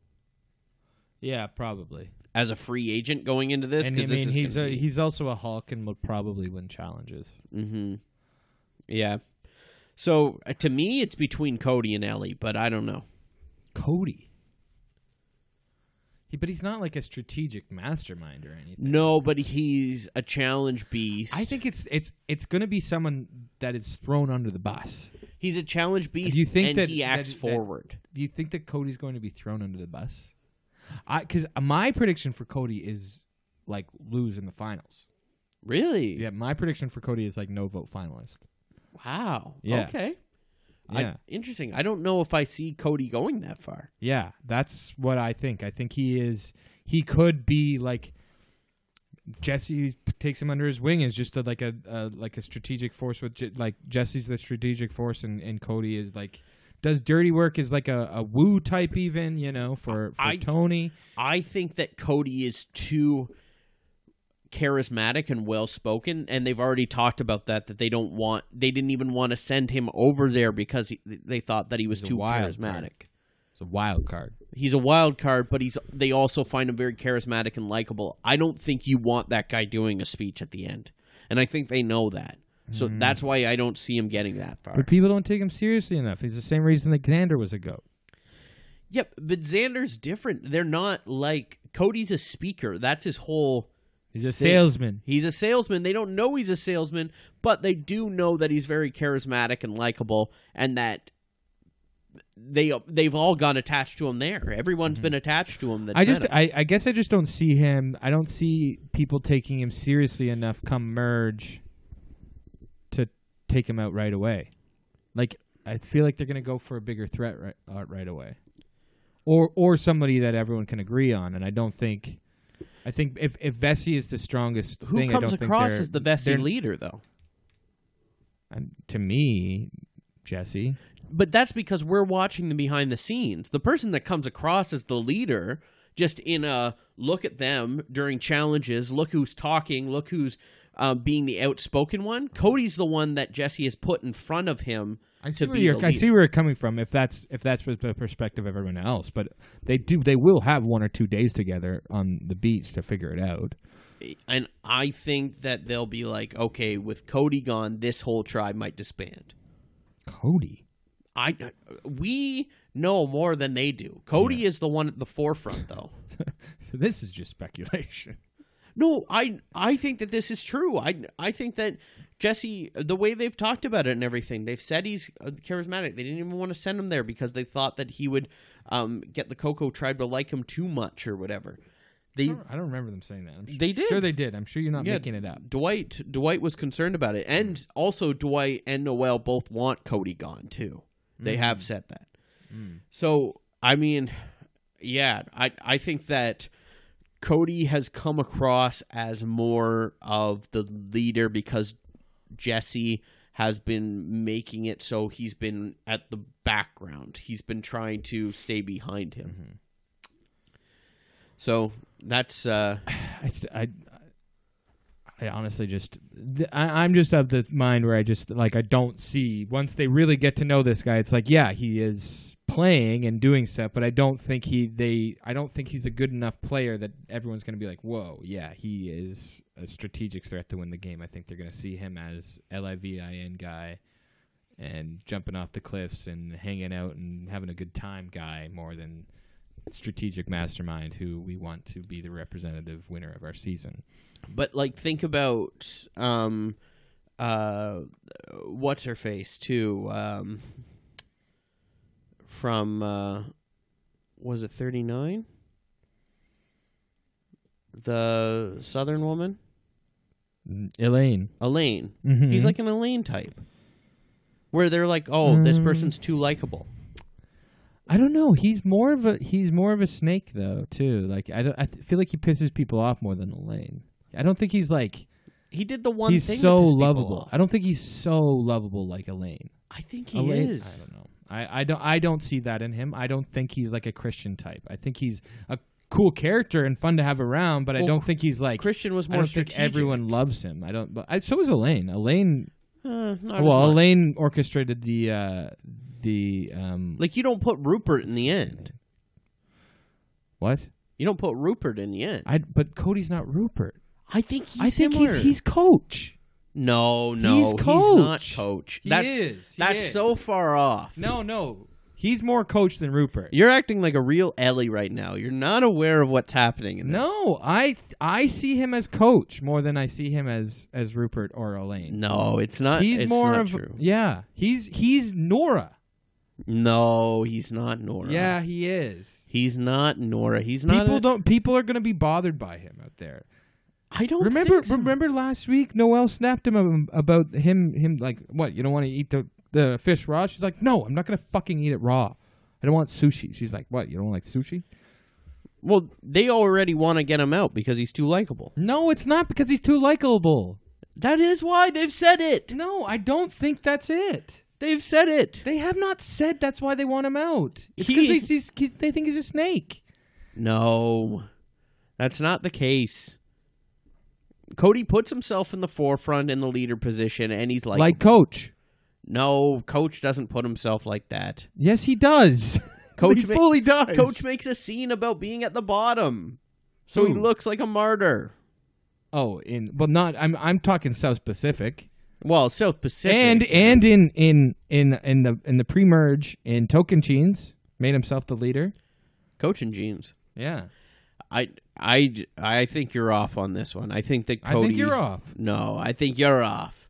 Yeah, probably. as a free agent going into this. And I 'cause this mean, is he's gonna a, be- he's also a Hulk and will probably win challenges. Mm-hmm. Yeah. So uh, to me, it's between Cody and Ellie, but I don't know. Cody. He, but he's not like a strategic mastermind or anything. No, but he's a challenge beast. I think it's it's it's going to be someone that is thrown under the bus. he's a challenge beast. Do you think and that he that- acts that- forward? Do you think that Cody's going to be thrown under the bus? I because my prediction for Cody is like lose in the finals. Really? Yeah, my prediction for Cody is like no vote finalist. Wow. Yeah. Okay. Yeah. I, interesting. I don't know if I see Cody going that far. Yeah, that's what I think. I think he is. He could be like Jesse takes him under his wing as just a, like a, a like a strategic force with Je- like Jesse's the strategic force and, and Cody is like does dirty work is like a, a woo type even you know for for I- Tony. I think that Cody is too charismatic and well spoken and they've already talked about that that they don't want they didn't even want to send him over there because he, they thought that he was He's a too wild charismatic It's a wild card. He's a wild card, but he's they also find him very charismatic and likable. I don't think you want that guy doing a speech at the end. And I think they know that. So that's why I don't see him getting that far. Mm. But people don't take him seriously enough. It's the same reason that Gander was a goat. Yep, but Xander's different. They're not like Cody's a speaker. That's his whole. He's a thing. salesman. He's a salesman. They don't know he's a salesman, but they do know that he's very charismatic and likable, and that they they've all got attached to him. There, everyone's been attached to him. That Mm-hmm. I just, met him. I, I guess I just don't see him. I don't see people taking him seriously enough come merge to take him out right away. Like I feel like they're going to go for a bigger threat right uh, right away, or or somebody that everyone can agree on. And I don't think, I think if if Vesey is the strongest, who thing, I comes don't across think as the best they're- leader though. and to me, Jesse. But that's because we're watching the behind the scenes. The person that comes across as the leader, just in a look at them during challenges, look who's talking, look who's uh, being the outspoken one. Cody's the one that Jesse has put in front of him I see, to where be. you're, the I leader. see where you're coming from. If that's if that's with the perspective of everyone else, but they do they will have one or two days together on the beach to figure it out. and I think that they'll be like, okay, with Cody gone, this whole tribe might disband. Cody, I we know more than they do. Cody is the one at the forefront, though. so this is just speculation. No, I I think that this is true. I I think that Jesse, the way they've talked about it and everything, they've said he's uh, charismatic. They didn't even want to send him there because they thought that he would um, get the Coco tribe to like him too much or whatever. I They don't, I don't remember them saying that. I'm su- They did. Sure, they did. I'm sure you're not Yeah, making it up. Dwight Dwight was concerned about it, and also Dwight and Noel both want Cody gone too. They have said that. So I mean, yeah, I I think that Cody has come across as more of the leader because Jesse has been making it so he's been at the background. He's been trying to stay behind him. So that's uh I, st- I, I honestly just th- I, I'm just of the mind where I just like I don't see once they really get to know this guy. It's like yeah, he is playing and doing stuff, but I don't think he they I don't think he's a good enough player that everyone's going to be like, whoa, yeah, he is a strategic threat to win the game. I think they're going to see him as L I V I N guy. And jumping off the cliffs and hanging out and having a good time, guy, more than strategic mastermind who we want to be the representative winner of our season. But like, think about um, uh, what's her face too? Um, from uh, was it thirty nine? The Southern woman, Elaine. Elaine. Mhm. He's like an Elaine type, where they're like, "Oh, this Mm. person's too likable." I don't know. He's more of a he's more of a snake though too. Like I don't, I th- feel like he pisses people off more than Elaine. I don't think he's like He did the one he's thing. so that pissed people lovable. off. I don't think he's so lovable like Elaine. I think he Elaine- I is. don't know. I, I don't I don't see that in him. I don't think he's like a Christian type. I think he's a cool character and fun to have around, but I Well, don't think he's like Christian was I more don't strategic. think everyone loves him. I don't. But I, so is Elaine. Elaine Uh, not as well, much. Elaine orchestrated the uh, the um, Like you don't put Rupert in the end. what? You don't put Rupert in the end. I but Cody's not Rupert. I think he's I think he's similar. he's coach. no no he's coach. not coach. He that's is, he that's is. so far off. No, no, he's more coach than Rupert. You're acting like a real Ellie right now. You're not aware of what's happening in this. no, I I see him as coach more than I see him as as Rupert or Elaine. no, it's not. he's it's more not of true. yeah. He's he's Nora. No, he's not Nora. Yeah, he is. he's not Nora. He's not. People a- don't. People are gonna be bothered by him out there. I don't remember think so. remember last week Noel snapped him ab- about him him like what you don't want to eat the the fish raw she's like no I'm not gonna fucking eat it raw I don't want sushi she's like what you don't like sushi Well, they already want to get him out because he's too likable. no it's not because he's too likable That is why they've said it. no I don't think that's it They've said it. they have not said that's why they want him out it's He- because they, see- he- they think he's a snake No, that's not the case. Cody puts himself in the forefront in the leader position, and he's like, like coach "No, coach doesn't put himself like that." yes he does Coach he ma- fully dies. Coach makes a scene about being at the bottom, so he Who? looks like a martyr. Oh, in well, not. I'm I'm talking South Pacific, Well, South Pacific and and in in in in the in the pre-merge in Tokenchins made himself the leader. coaching jeans. Yeah, I I I think you're off on this one. I think that I Cody. think you're off. No, I think you're off.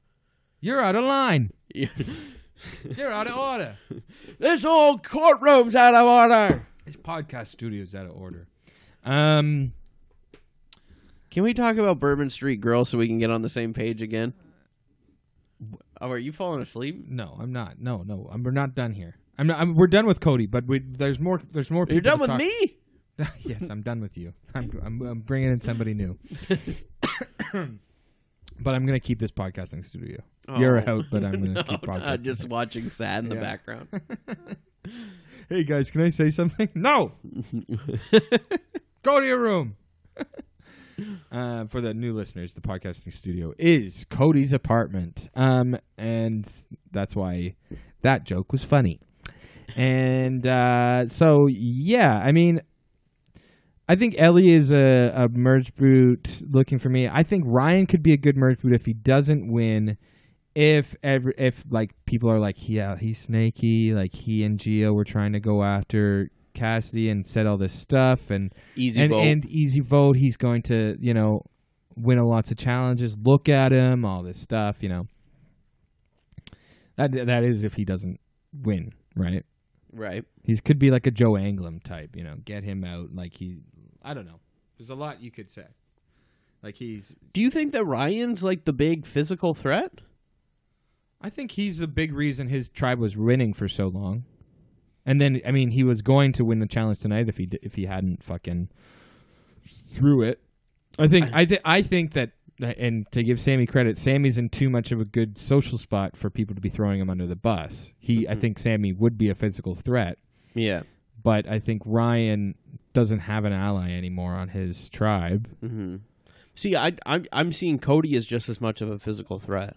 You're out of line. You're out of order. this whole courtroom's out of order. This podcast studio's out of order. Um, Can we talk about Bourbon Street Girl so we can get on the same page again? Oh, are you falling asleep? no, I'm not. No, no, I'm, we're not done here. I'm not. I'm, we're done with Cody, but we, there's more. There's more. You're people done to with talk- me. yes, I'm done with you. I'm, I'm, I'm bringing in somebody new. but I'm going to keep this podcasting studio. You're Oh. out, but I'm going to keep No, no, podcasting. just watching sad in the background. hey, guys, can I say something? No! Go to your room! Uh, for the new listeners, the podcasting studio is Cody's apartment. Um, and that's why that joke was funny. And uh, so, yeah, I mean, I think Ellie is a, a merge boot looking for me. I think Ryan could be a good merge boot if he doesn't win. If every if like people are like, yeah, he's snaky. Like he and Geo were trying to go after Cassidy and said all this stuff and Easy and, vote. and easy vote. He's going to you know win a lots of challenges. Look at him, all this stuff. You know that that is if he doesn't win, right? right. He's could be like a Joe Anglem type, you know. Get him out like he I don't know. There's a lot you could say. Like he's Do you think that Ryan's like the big physical threat? I think he's the big reason his tribe was winning for so long. And then I mean, he was going to win the challenge tonight if he d- if he hadn't fucking threw it. I think I thi- I think that and to give Sammy credit, Sammy's in too much of a good social spot for people to be throwing him under the bus. He I think Sammy would be a physical threat. Yeah. but I think Ryan doesn't have an ally anymore on his tribe. See, I, I'm I'm seeing Cody as just as much of a physical threat.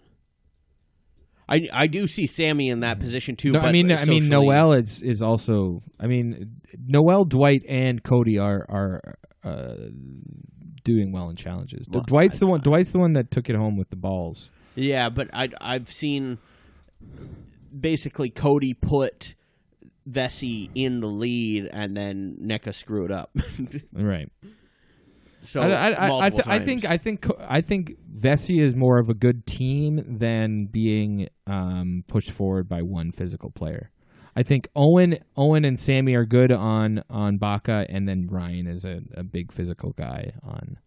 I, I do see Sammy in that position too. No, but I mean, I mean, socially- Noel is is also. I mean, Noel, Dwight, and Cody are are uh, doing well in challenges. Dwight's the one. Dwight's the one that took it home with the balls. Yeah, but I I've seen basically Cody put Vesey in the lead, and then NECA screwed up. Right. so I, I, I, I, Oh, multiple th- I think times. I think Co- I think Vesey is more of a good team than being um, pushed forward by one physical player. I think Owen Owen and Sammy are good on on Baca, and then Ryan is a, a big physical guy on.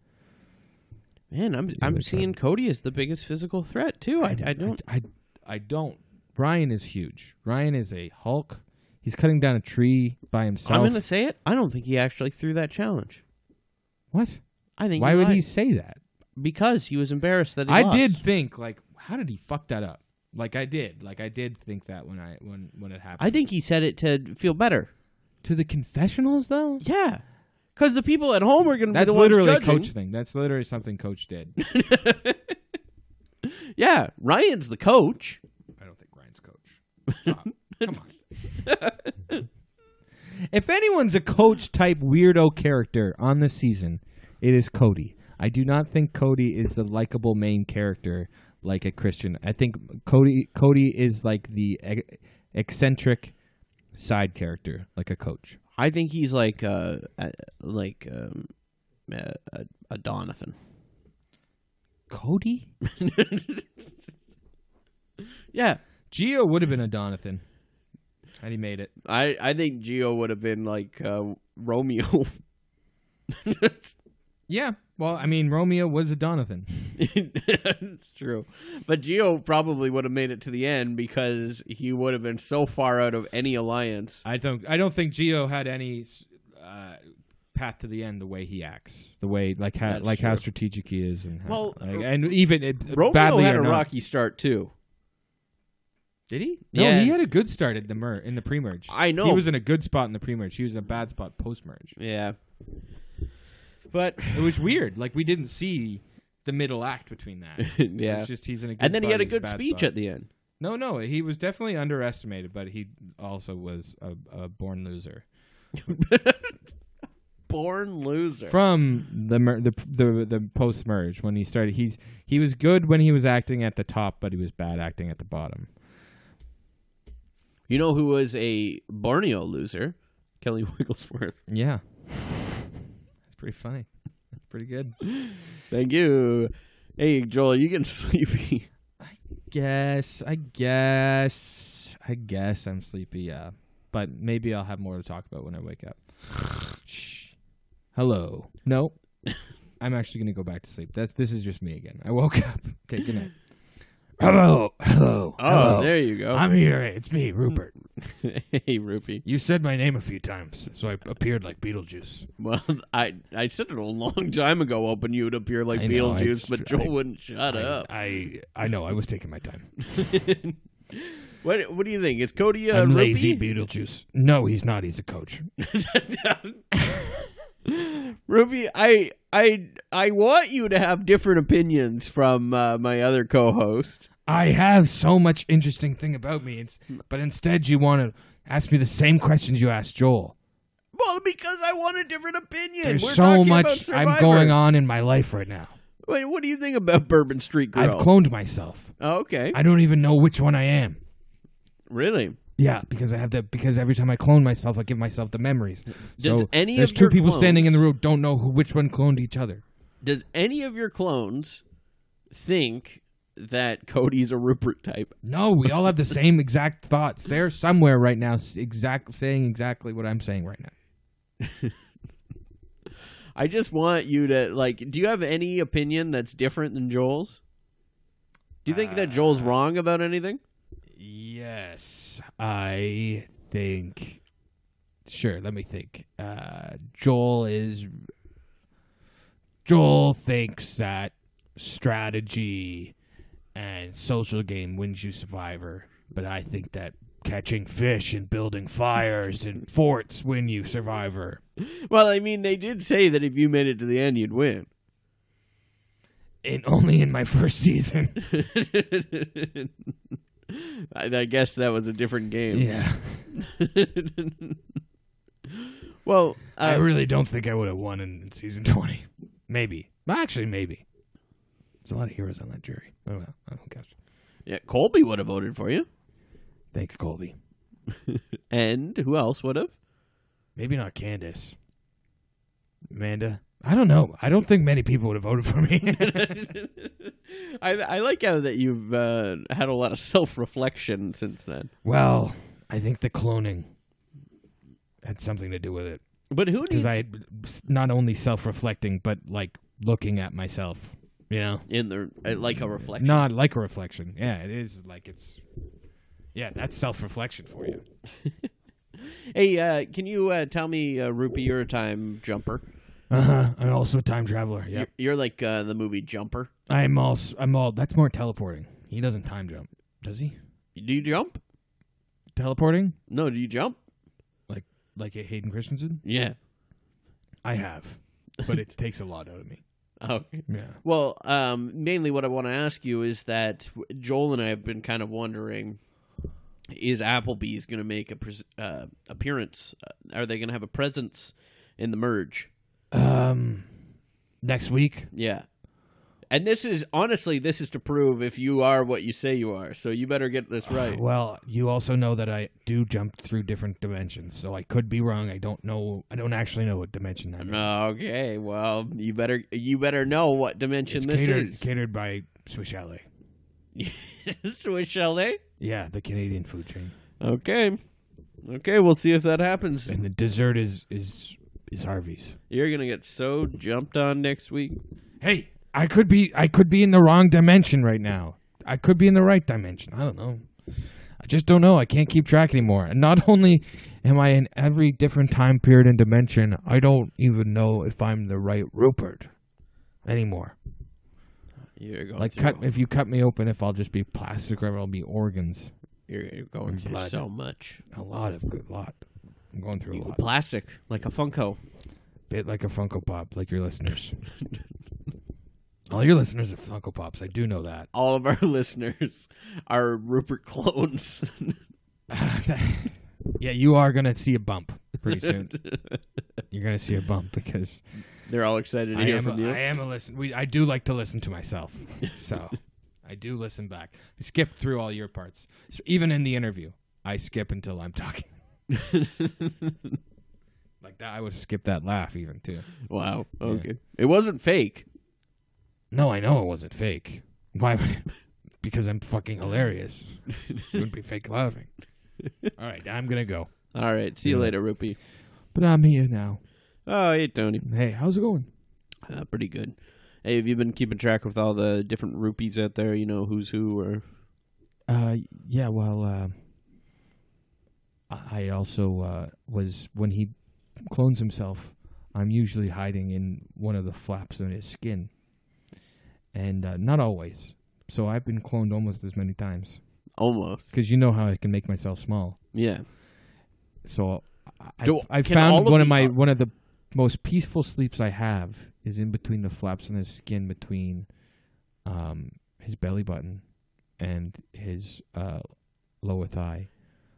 man, I'm they're I'm trying- seeing Cody as the biggest physical threat too. I, I don't. I, I don't. Ryan is huge. Ryan is a Hulk. He's cutting down a tree by himself. I'm gonna say it. I don't think he actually threw that challenge. what? I think Why would lied he say that? Because he was embarrassed that he I lost. did think like, how did he fuck that up? Like I did. Like I did think that when I when when it happened. I think he said it to feel better. To the confessionals, though? Yeah, because the people at home are going to be That's the literally a ones judging. coach thing. That's literally something coach did. Yeah, Ryan's the coach. I don't think Ryan's coach. Stop. Come on. if anyone's a coach type weirdo character on the season, it is Cody. I do not think Cody is the likable main character like a Christian. I think Cody Cody is like the ec- eccentric side character like a coach. I think he's like uh, uh like um, uh, a, a Donathan. Cody? Yeah, Gio would have been a Donathan. And he made it. I I think Gio would have been like uh, Romeo. Yeah. Well, I mean, Romeo was a Donathan. it's true, but Gio probably would have made it to the end because he would have been so far out of any alliance. I don't. I don't think Geo had any uh, path to the end the way he acts, the way like how That's like how true. strategic he is, and how, Well, like- and even it, Romeo badly had or a not. rocky start too. Did he? No, Yeah. he had a good start at the mer in the pre merge. I know. he was in a good spot in the pre merge. He was in a bad spot post merge. Yeah, but It was weird. Like we didn't see the middle act between that. It Yeah. was just he's in a. Good and then he had spot, a he's in good bad speech spot. at the end. No, no, he was definitely underestimated, but he also was a, a born loser. Born loser. From the mer- the the, the post merge when he started, he's he was good when he was acting at the top, but he was bad acting at the bottom. you know who was a Borneo loser? Kelly Wigglesworth. Yeah, that's pretty funny. That's pretty good. Thank you. Hey, Joel, you getting sleepy? Guess I guess I guess I'm sleepy. Yeah, but maybe I'll have more to talk about when I wake up. Shh. Hello. No, I'm actually gonna go back to sleep. That's this is just me again. I woke up. Okay, good night. Hello, hello. Oh, hello. there you go. I'm here. It's me, Rupert. hey, Rupee. You said my name a few times, so I appeared like Beetlejuice. Well, I I said it a long time ago, hoping you would appear like I know, I Beetlejuice, tr- but Joel I- wouldn't shut up. I, I know. I was taking my time. What What do you think? Is Cody a I'm Rupee? lazy Beetlejuice. No, he's not. He's a coach. Ruby, I I I want you to have different opinions from uh, my other co-host. I have so much interesting thing about me, it's, but instead you want to ask me the same questions you asked Joel. Well, because I want a different opinion. There's We're so talking about much Survivor. I'm going on in my life right now. Wait, what do you think about Bourbon Street Girl? I've cloned myself. oh, okay, I don't even know which one I am. really? Yeah, because I have that. Because every time I clone myself, I give myself the memories. Does so any of there's two your people standing in clones- the room don't know who, which one cloned each other. Does any of your clones think that Cody's a Rupert type? No, we all have the same exact thoughts. They're somewhere right now, s- exact saying exactly what I'm saying right now. I just want you to like. Do you have any opinion that's different than Joel's? Do you think that Joel's Uh. wrong about anything? Yes, I think. Sure, let me think. Uh, Joel is. Joel thinks that strategy and social game wins you survivor, but I think that catching fish and building fires and forts win you survivor. Well, I mean, they did say that if you made it to the end, you'd win. And only in my first season. I, I guess that was a different game. yeah. Well, I uh, really don't think I would have won in, in season 20. Maybe. Actually, maybe. There's a lot of heroes on that jury. Oh, well. Oh, gosh. yeah, Colby would have voted for you, Thank you, Colby. and who else would have? Maybe not Candace. Amanda. I don't know. I don't think many people would have voted for me. I, I like how that you've uh, had a lot of self reflection since then. well, I think the cloning had something to do with it. But who Because needs I not only self reflecting, but like looking at myself, you know? in the uh, like a reflection? Not like a reflection. Yeah, it is like it's. Yeah, that's self reflection for you. Hey, uh, can you uh, tell me, uh, Rupee, you're a time jumper. Uh huh. I'm also a time traveler. Yeah. You're, you're like uh, the movie Jumper. I'm all. I'm all. That's more teleporting. He doesn't time jump, does he? Do you jump? Teleporting No, do you jump? like like a Hayden Christensen. Yeah. I have, but it takes a lot out of me. Okay. Yeah. Well, um, mainly what I want to ask you is that Joel and I have been kind of wondering: Is Applebee's going to make a pres- uh, appearance? Uh, Are they going to have a presence in the merge? Um, next week. Yeah. And this is honestly, this is to prove if you are what you say you are. So you better get this right. Well, you also know that I do jump through different dimensions, so I could be wrong. I don't know. I don't actually know what dimension I'm in. Okay. Well, you better you better know what dimension It's this catered, is. catered by Swiss Chalet. Swiss chalet. Yeah, the Canadian food chain, Okay. Okay. We'll see if that happens. and the dessert is is is Harvey's. You're gonna get so jumped on next week. Hey, I could be I could be in the wrong dimension right now. I could be in the right dimension. I don't know. I just don't know. I can't keep track anymore. And not only am I in every different time period and dimension, I don't even know if I'm the right Rupert anymore. You're going Like through cut if you cut me open if I'll just be plastic or I'll be organs. You're, you're going through blood. so much. A lot of a lot. I'm going through a lot. Plastic, like a Funko. Bit like a Funko Pop, like your listeners. All your listeners are Funko Pops. I do know that. All of our listeners are Rupert clones. yeah, you are gonna see a bump pretty soon. You're gonna see a bump because They're all excited to I hear am, from a, you. I am a listen. We, I do like to listen to myself, so I do listen back. I skip through all your parts, S- even in the interview. I skip until I'm talking. like that, I would skip that laugh even too. wow. Okay. It wasn't fake. No, I know it wasn't fake. Why would it? Because I'm fucking hilarious. it wouldn't be fake laughing. All right, I'm gonna go. All right. See you later, Rupee. But I'm here now. Oh, hey, Tony. Hey, how's it going? Uh, pretty good. Hey, have you been keeping track with all the different rupees out there? You know who's who, or Uh, yeah. Well, uh, I I also uh, was when he clones himself. I'm usually hiding in one of the flaps on his skin, and uh, not always. So I've been cloned almost as many times almost. because you know how I can make myself small. Yeah. So I, I- Do- I can all found of one of the- uh, my one of the most peaceful sleeps I have is in between the flaps on his skin, between um, his belly button and his uh, lower thigh.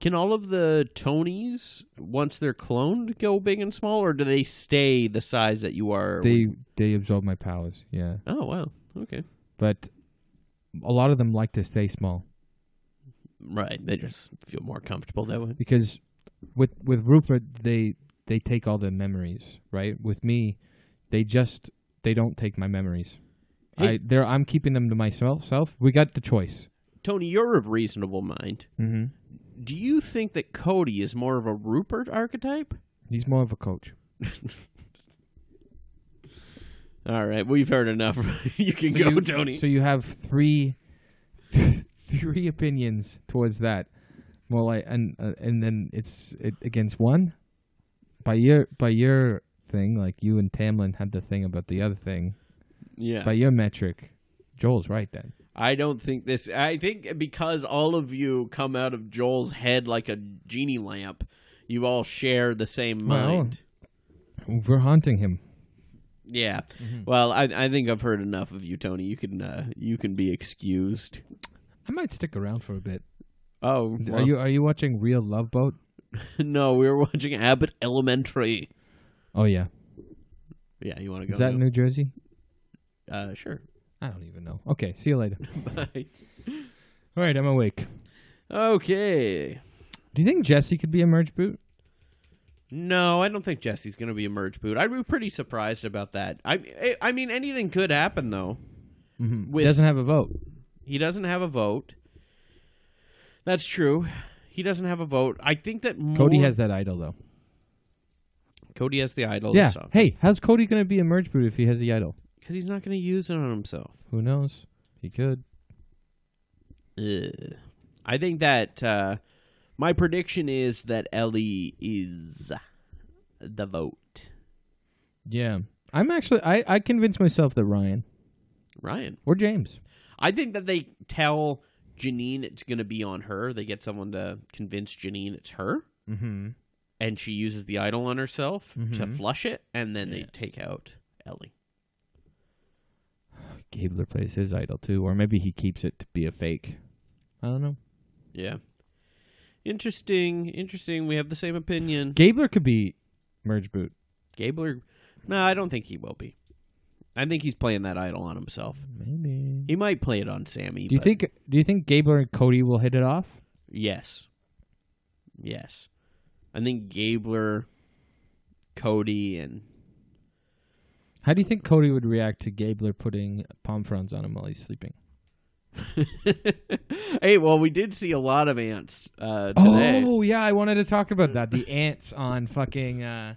Can all of the Tonys, once they're cloned, go big and small, or do they stay the size that you are? They they absorb my powers, yeah. Oh wow. Okay. But a lot of them like to stay small Right. They just feel more comfortable that way. because with with Rupert they they take all the memories, right? With me, they just they don't take my memories. Hey. I they are I'm keeping them to myself. Self, we got the choice. Tony, you're of reasonable mind. Mm-hmm. Do you think that Cody is more of a Rupert archetype? He's more of a coach. All right, we've heard enough. you can So go, you- Tony. So you have three, three opinions towards that. More like and uh, and then it's it, against one. By your by your thing, like you and Tamlin had the thing about the other thing. yeah. By your metric, Joel's right then. I don't think this. I think because all of you come out of Joel's head like a genie lamp, you all share the same Well- mind. We're haunting him. yeah. Mm-hmm. Well, I, I think I've heard enough of you, Tony. You can uh, you can be excused. I might stick around for a bit. Oh, Are you are you watching Real Love Boat? No, we were watching Abbott Elementary. Oh yeah, Yeah, you want to go? is that now? New Jersey? Uh, sure. I don't even know. Okay, see you later. Bye. All right, I'm awake. Okay. Do you think Jesse could be a merge boot? No, I don't think Jesse's going to be a merge boot. I'd be pretty surprised about that. I I- I mean, anything could happen though. With- Mm-hmm. Doesn't have a vote. He doesn't have a vote. That's true. He doesn't have a vote. I think that more, Cody has that idol though. Cody has the idol. Yeah. Hey, how's Cody going to be a merge boot if he has the idol? because he's not going to use it on himself. Who knows? He could. Ugh. I think that uh, my prediction is that Ellie is the vote. Yeah. I'm actually I I convinced myself that Ryan Ryan. or James. I think that they tell Janine it's going to be on her. They get someone to convince Janine it's her. Mm-hmm. and she uses the idol on herself to flush it, and then they take out Ellie. Gabler plays his idol too, or maybe he keeps it to be a fake. I don't know. Yeah. Interesting. Interesting. We have the same opinion. Gabler could be merge boot. Gabler. No, I don't think he will be. I think he's playing that idol on himself. Maybe. He might play it on Sammy. Do you but- think do you think Gabler and Cody will hit it off? Yes. Yes. I think Gabler, Cody, and How do you think Cody would react to Gabler putting palm fronds on him while he's sleeping? hey, well, we did see a lot of ants uh, today. Oh yeah, I wanted to talk about that. The ants on fucking uh,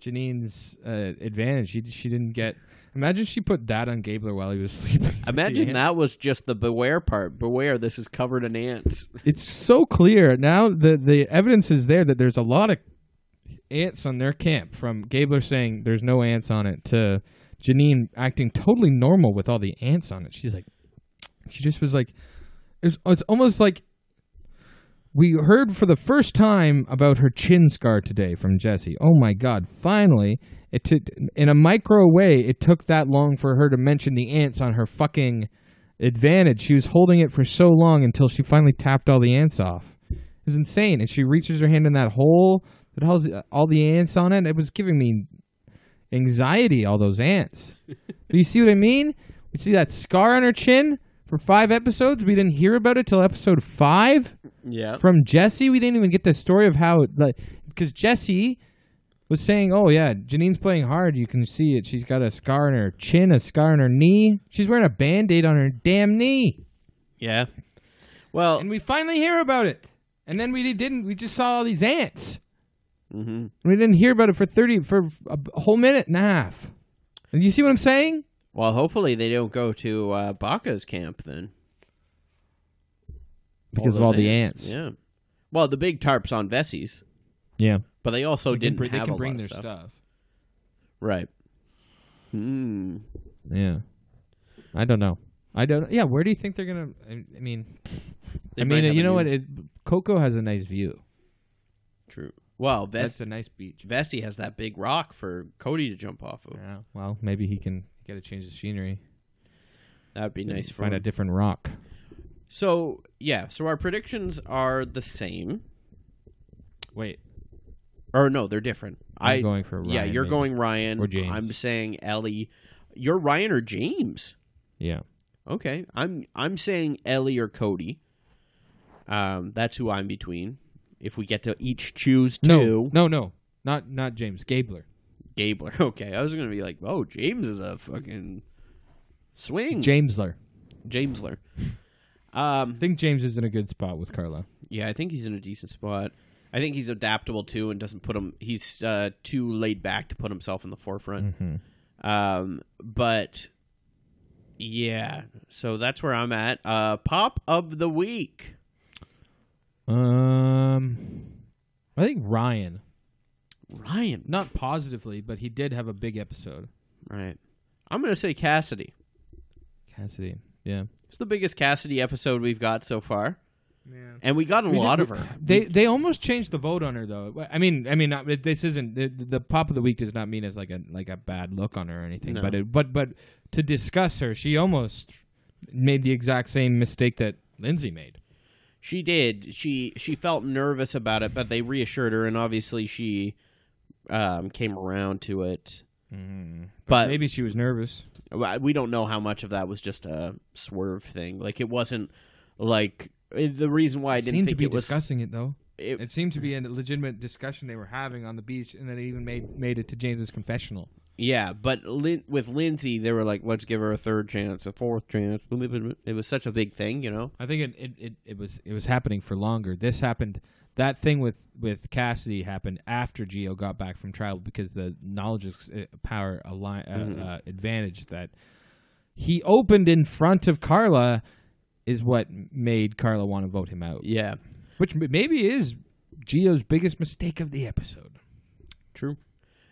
Janine's uh, advantage. She she didn't get. Imagine she put that on Gabler while he was sleeping. Imagine The ants. that was just the beware part. Beware, this is covered in ants. It's so clear now. The the evidence is there that there's a lot of ants on their camp. From Gabler saying there's no ants on it to Janine acting totally normal with all the ants on it. She's like, she just was like, it was, it's almost like we heard for the first time about her chin scar today from Jesse. Oh my God! Finally, it took in a micro way. It took that long for her to mention the ants on her fucking advantage. She was holding it for so long until she finally tapped all the ants off. It was insane, and she reaches her hand in that hole that has all the ants on it. It was giving me anxiety. All those ants. Do you see what I mean? We see that scar on her chin for five episodes. We didn't hear about it till episode five Yeah. from Jesse. We didn't even get the story of how, like, because Jesse was saying, "Oh yeah, Janine's playing hard. You can see it. She's got a scar on her chin, a scar on her knee. She's wearing a band-aid on her damn knee." yeah. Well, And we finally hear about it. And then we didn't. We just saw all these ants. mhm. And we didn't hear about it for thirty for a whole minute and a half. And you see what I'm saying? well, hopefully they don't go to uh, Baca's camp then. Because of all the ants. Yeah. Well, the big tarps on Vessies, Yeah. but they also They can Oh, didn't br- they have can a bring lot their of stuff. stuff. Right. Hmm. Yeah. I don't know. I don't. Yeah. Where do you think they're gonna? I, I mean, They I might mean, have you a know new- what? It, Coco has a nice view. True. Well, That's Vess- a nice beach. Vessi has that big rock for Cody to jump off of. Yeah. Well, maybe he can get a change of scenery. That'd be nice for Find a him. different rock. So yeah, so our predictions are the same, Wait. or no, they're different. I'm I- going for yeah, Ryan, you're maybe. going Ryan Or James. I'm saying Ellie. You're Ryan or James. Yeah. Okay, I'm I'm saying Ellie or Cody. Um, that's who I'm between. If we get to each choose two, No. No. No. Not not James Gabler. Gabler. Okay, I was gonna be like, oh, James is a fucking swing, Jamesler. Mm-hmm. Jamesler. Um, I think James is in a good spot with Carla. yeah, I think he's in a decent spot. I think he's adaptable too, and doesn't put him. He's uh, too laid back to put himself in the forefront. Um, but yeah, so that's where I'm at. Uh, pop of the week. Um, I think Ryan. Ryan, Not positively, but he did have a big episode. Right. I'm going to say Cassidy. Cassidy. Yeah. It's the biggest Cassidy episode we've got so far. And we got a lot of her. They they almost changed the vote on her though. I mean I mean not, this isn't the, the pop of the week does not mean as like a like a bad look on her or anything. No. But it, but but to discuss her, she almost made the exact same mistake that Lindsay made. She did. She she felt nervous about it, but they reassured her, and obviously she um, came around to it. But Mm-hmm. Maybe she was nervous. Well, we don't know how much of that was just a swerve thing. Like it wasn't like it- the reason why I didn't seemed think to be it was. discussing it though. it- It seemed to be a legitimate discussion they were having on the beach, and then it even made made it to James's confessional. Yeah, but Lin- with Lindsay, they were like, "Let's give her a third chance, a fourth chance." It was such a big thing, you know. I think it, it, it, it was it was happening for longer. This happened that thing with, with Cassidy happened after Geo got back from trial because the knowledge ex- uh, power align, uh, uh, advantage that he opened in front of Carla is what made Carla want to vote him out, Yeah, which m- maybe is Geo's biggest mistake of the episode. True.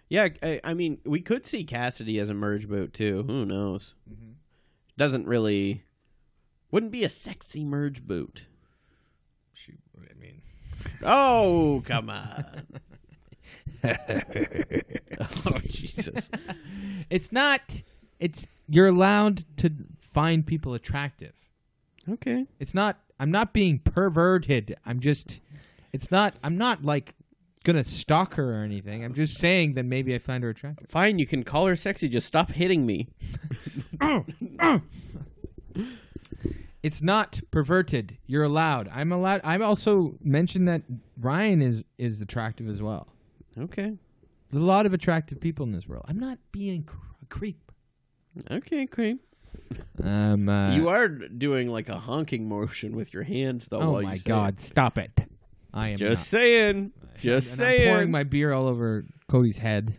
Yeah, I, I mean, we could see Cassidy as a merge boot too. Who knows? Mm-hmm. Doesn't really. Wouldn't be a sexy merge boot. She, I mean, Oh, come on. oh, Jesus. it's not. It's you're allowed to find people attractive. Okay. It's not. I'm not being perverted. I'm just. It's not. I'm not like gonna stalk her or anything. I'm just saying that maybe I find her attractive. Fine, you can call her sexy. Just stop hitting me. It's not perverted. You're allowed. I'm allowed. I'm also mentioned that Ryan is is attractive as well. Okay. There's a lot of attractive people in this world. I'm not being cr- a creep. Okay, Cream. Um. Uh, you are doing like a honking motion with your hands, though. Oh while you my say God! it. Stop it. I am Just not. saying. Just And I'm saying. pouring my beer all over Cody's head.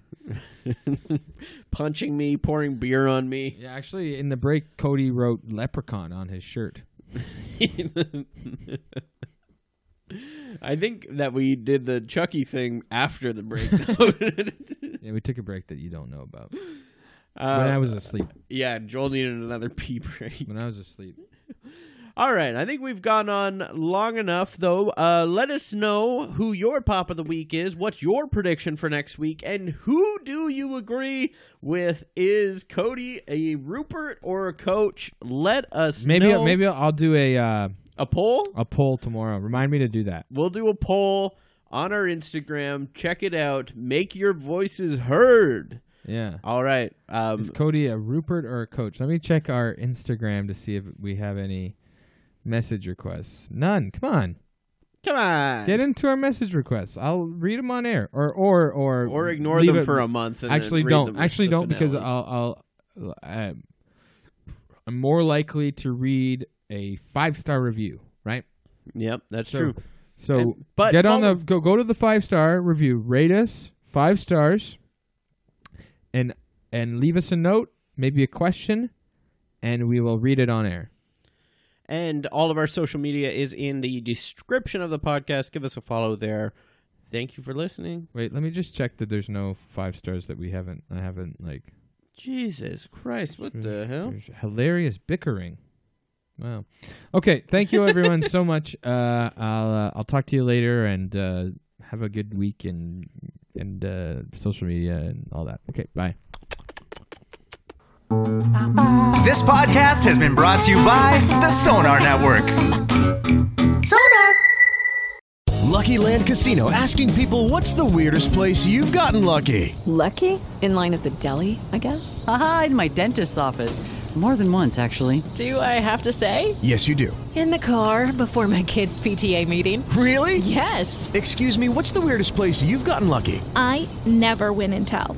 Punching me, pouring beer on me. Yeah, actually, in the break, Cody wrote "leprechaun" on his shirt. I think that we did the Chucky thing after the break. Yeah, we took a break that you don't know about. when I uh, was asleep. yeah, Joel needed another pee break. When I was asleep. All right, I think we've gone on long enough, though. Uh, let us know who your pop of the week is, what's your prediction for next week, and who do you agree with? Is Cody a Rupert or a coach? Let us Maybe know. maybe I'll do a uh, a poll. a poll tomorrow. Remind me to do that. We'll do a poll on our Instagram. Check it out. Make your voices heard. Yeah. All right. Um, Is Cody a Rupert or a coach? Let me check our Instagram to see if we have any message requests. None. Come on. come on. Get into our message requests. I'll read them on air or or or or ignore leave them it- for a month. And then Actually read them don't. with Actually the don't because uh, finale. I'll I'll um, I'm more likely to read a five-star review, right? Yep, that's So- true. So And- but get on the follow- go go to the five star review, rate us five stars, and and leave us a note, maybe a question, and we will read it on air. And all of our social media is in the description of the podcast. Give us a follow there. Thank you for listening. Wait, let me just check that there's no five stars that we haven't I haven't like Jesus Christ, Mm, what the hell? there's hilarious bickering. Wow. Okay, thank you everyone so much. Uh, I'll uh, I'll talk to you later and uh, have a good week and and uh, social media and all that. Okay, bye. This podcast has been brought to you by the Sonar Network. Sonar! Lucky Land Casino asking people what's the weirdest place you've gotten lucky? Lucky? In line at the deli, I guess? Haha, in my dentist's office. More than once, actually. Do I have to say? Yes, you do. In the car before my kids' PTA meeting. Really? Yes! Excuse me, what's the weirdest place you've gotten lucky? I never win and tell.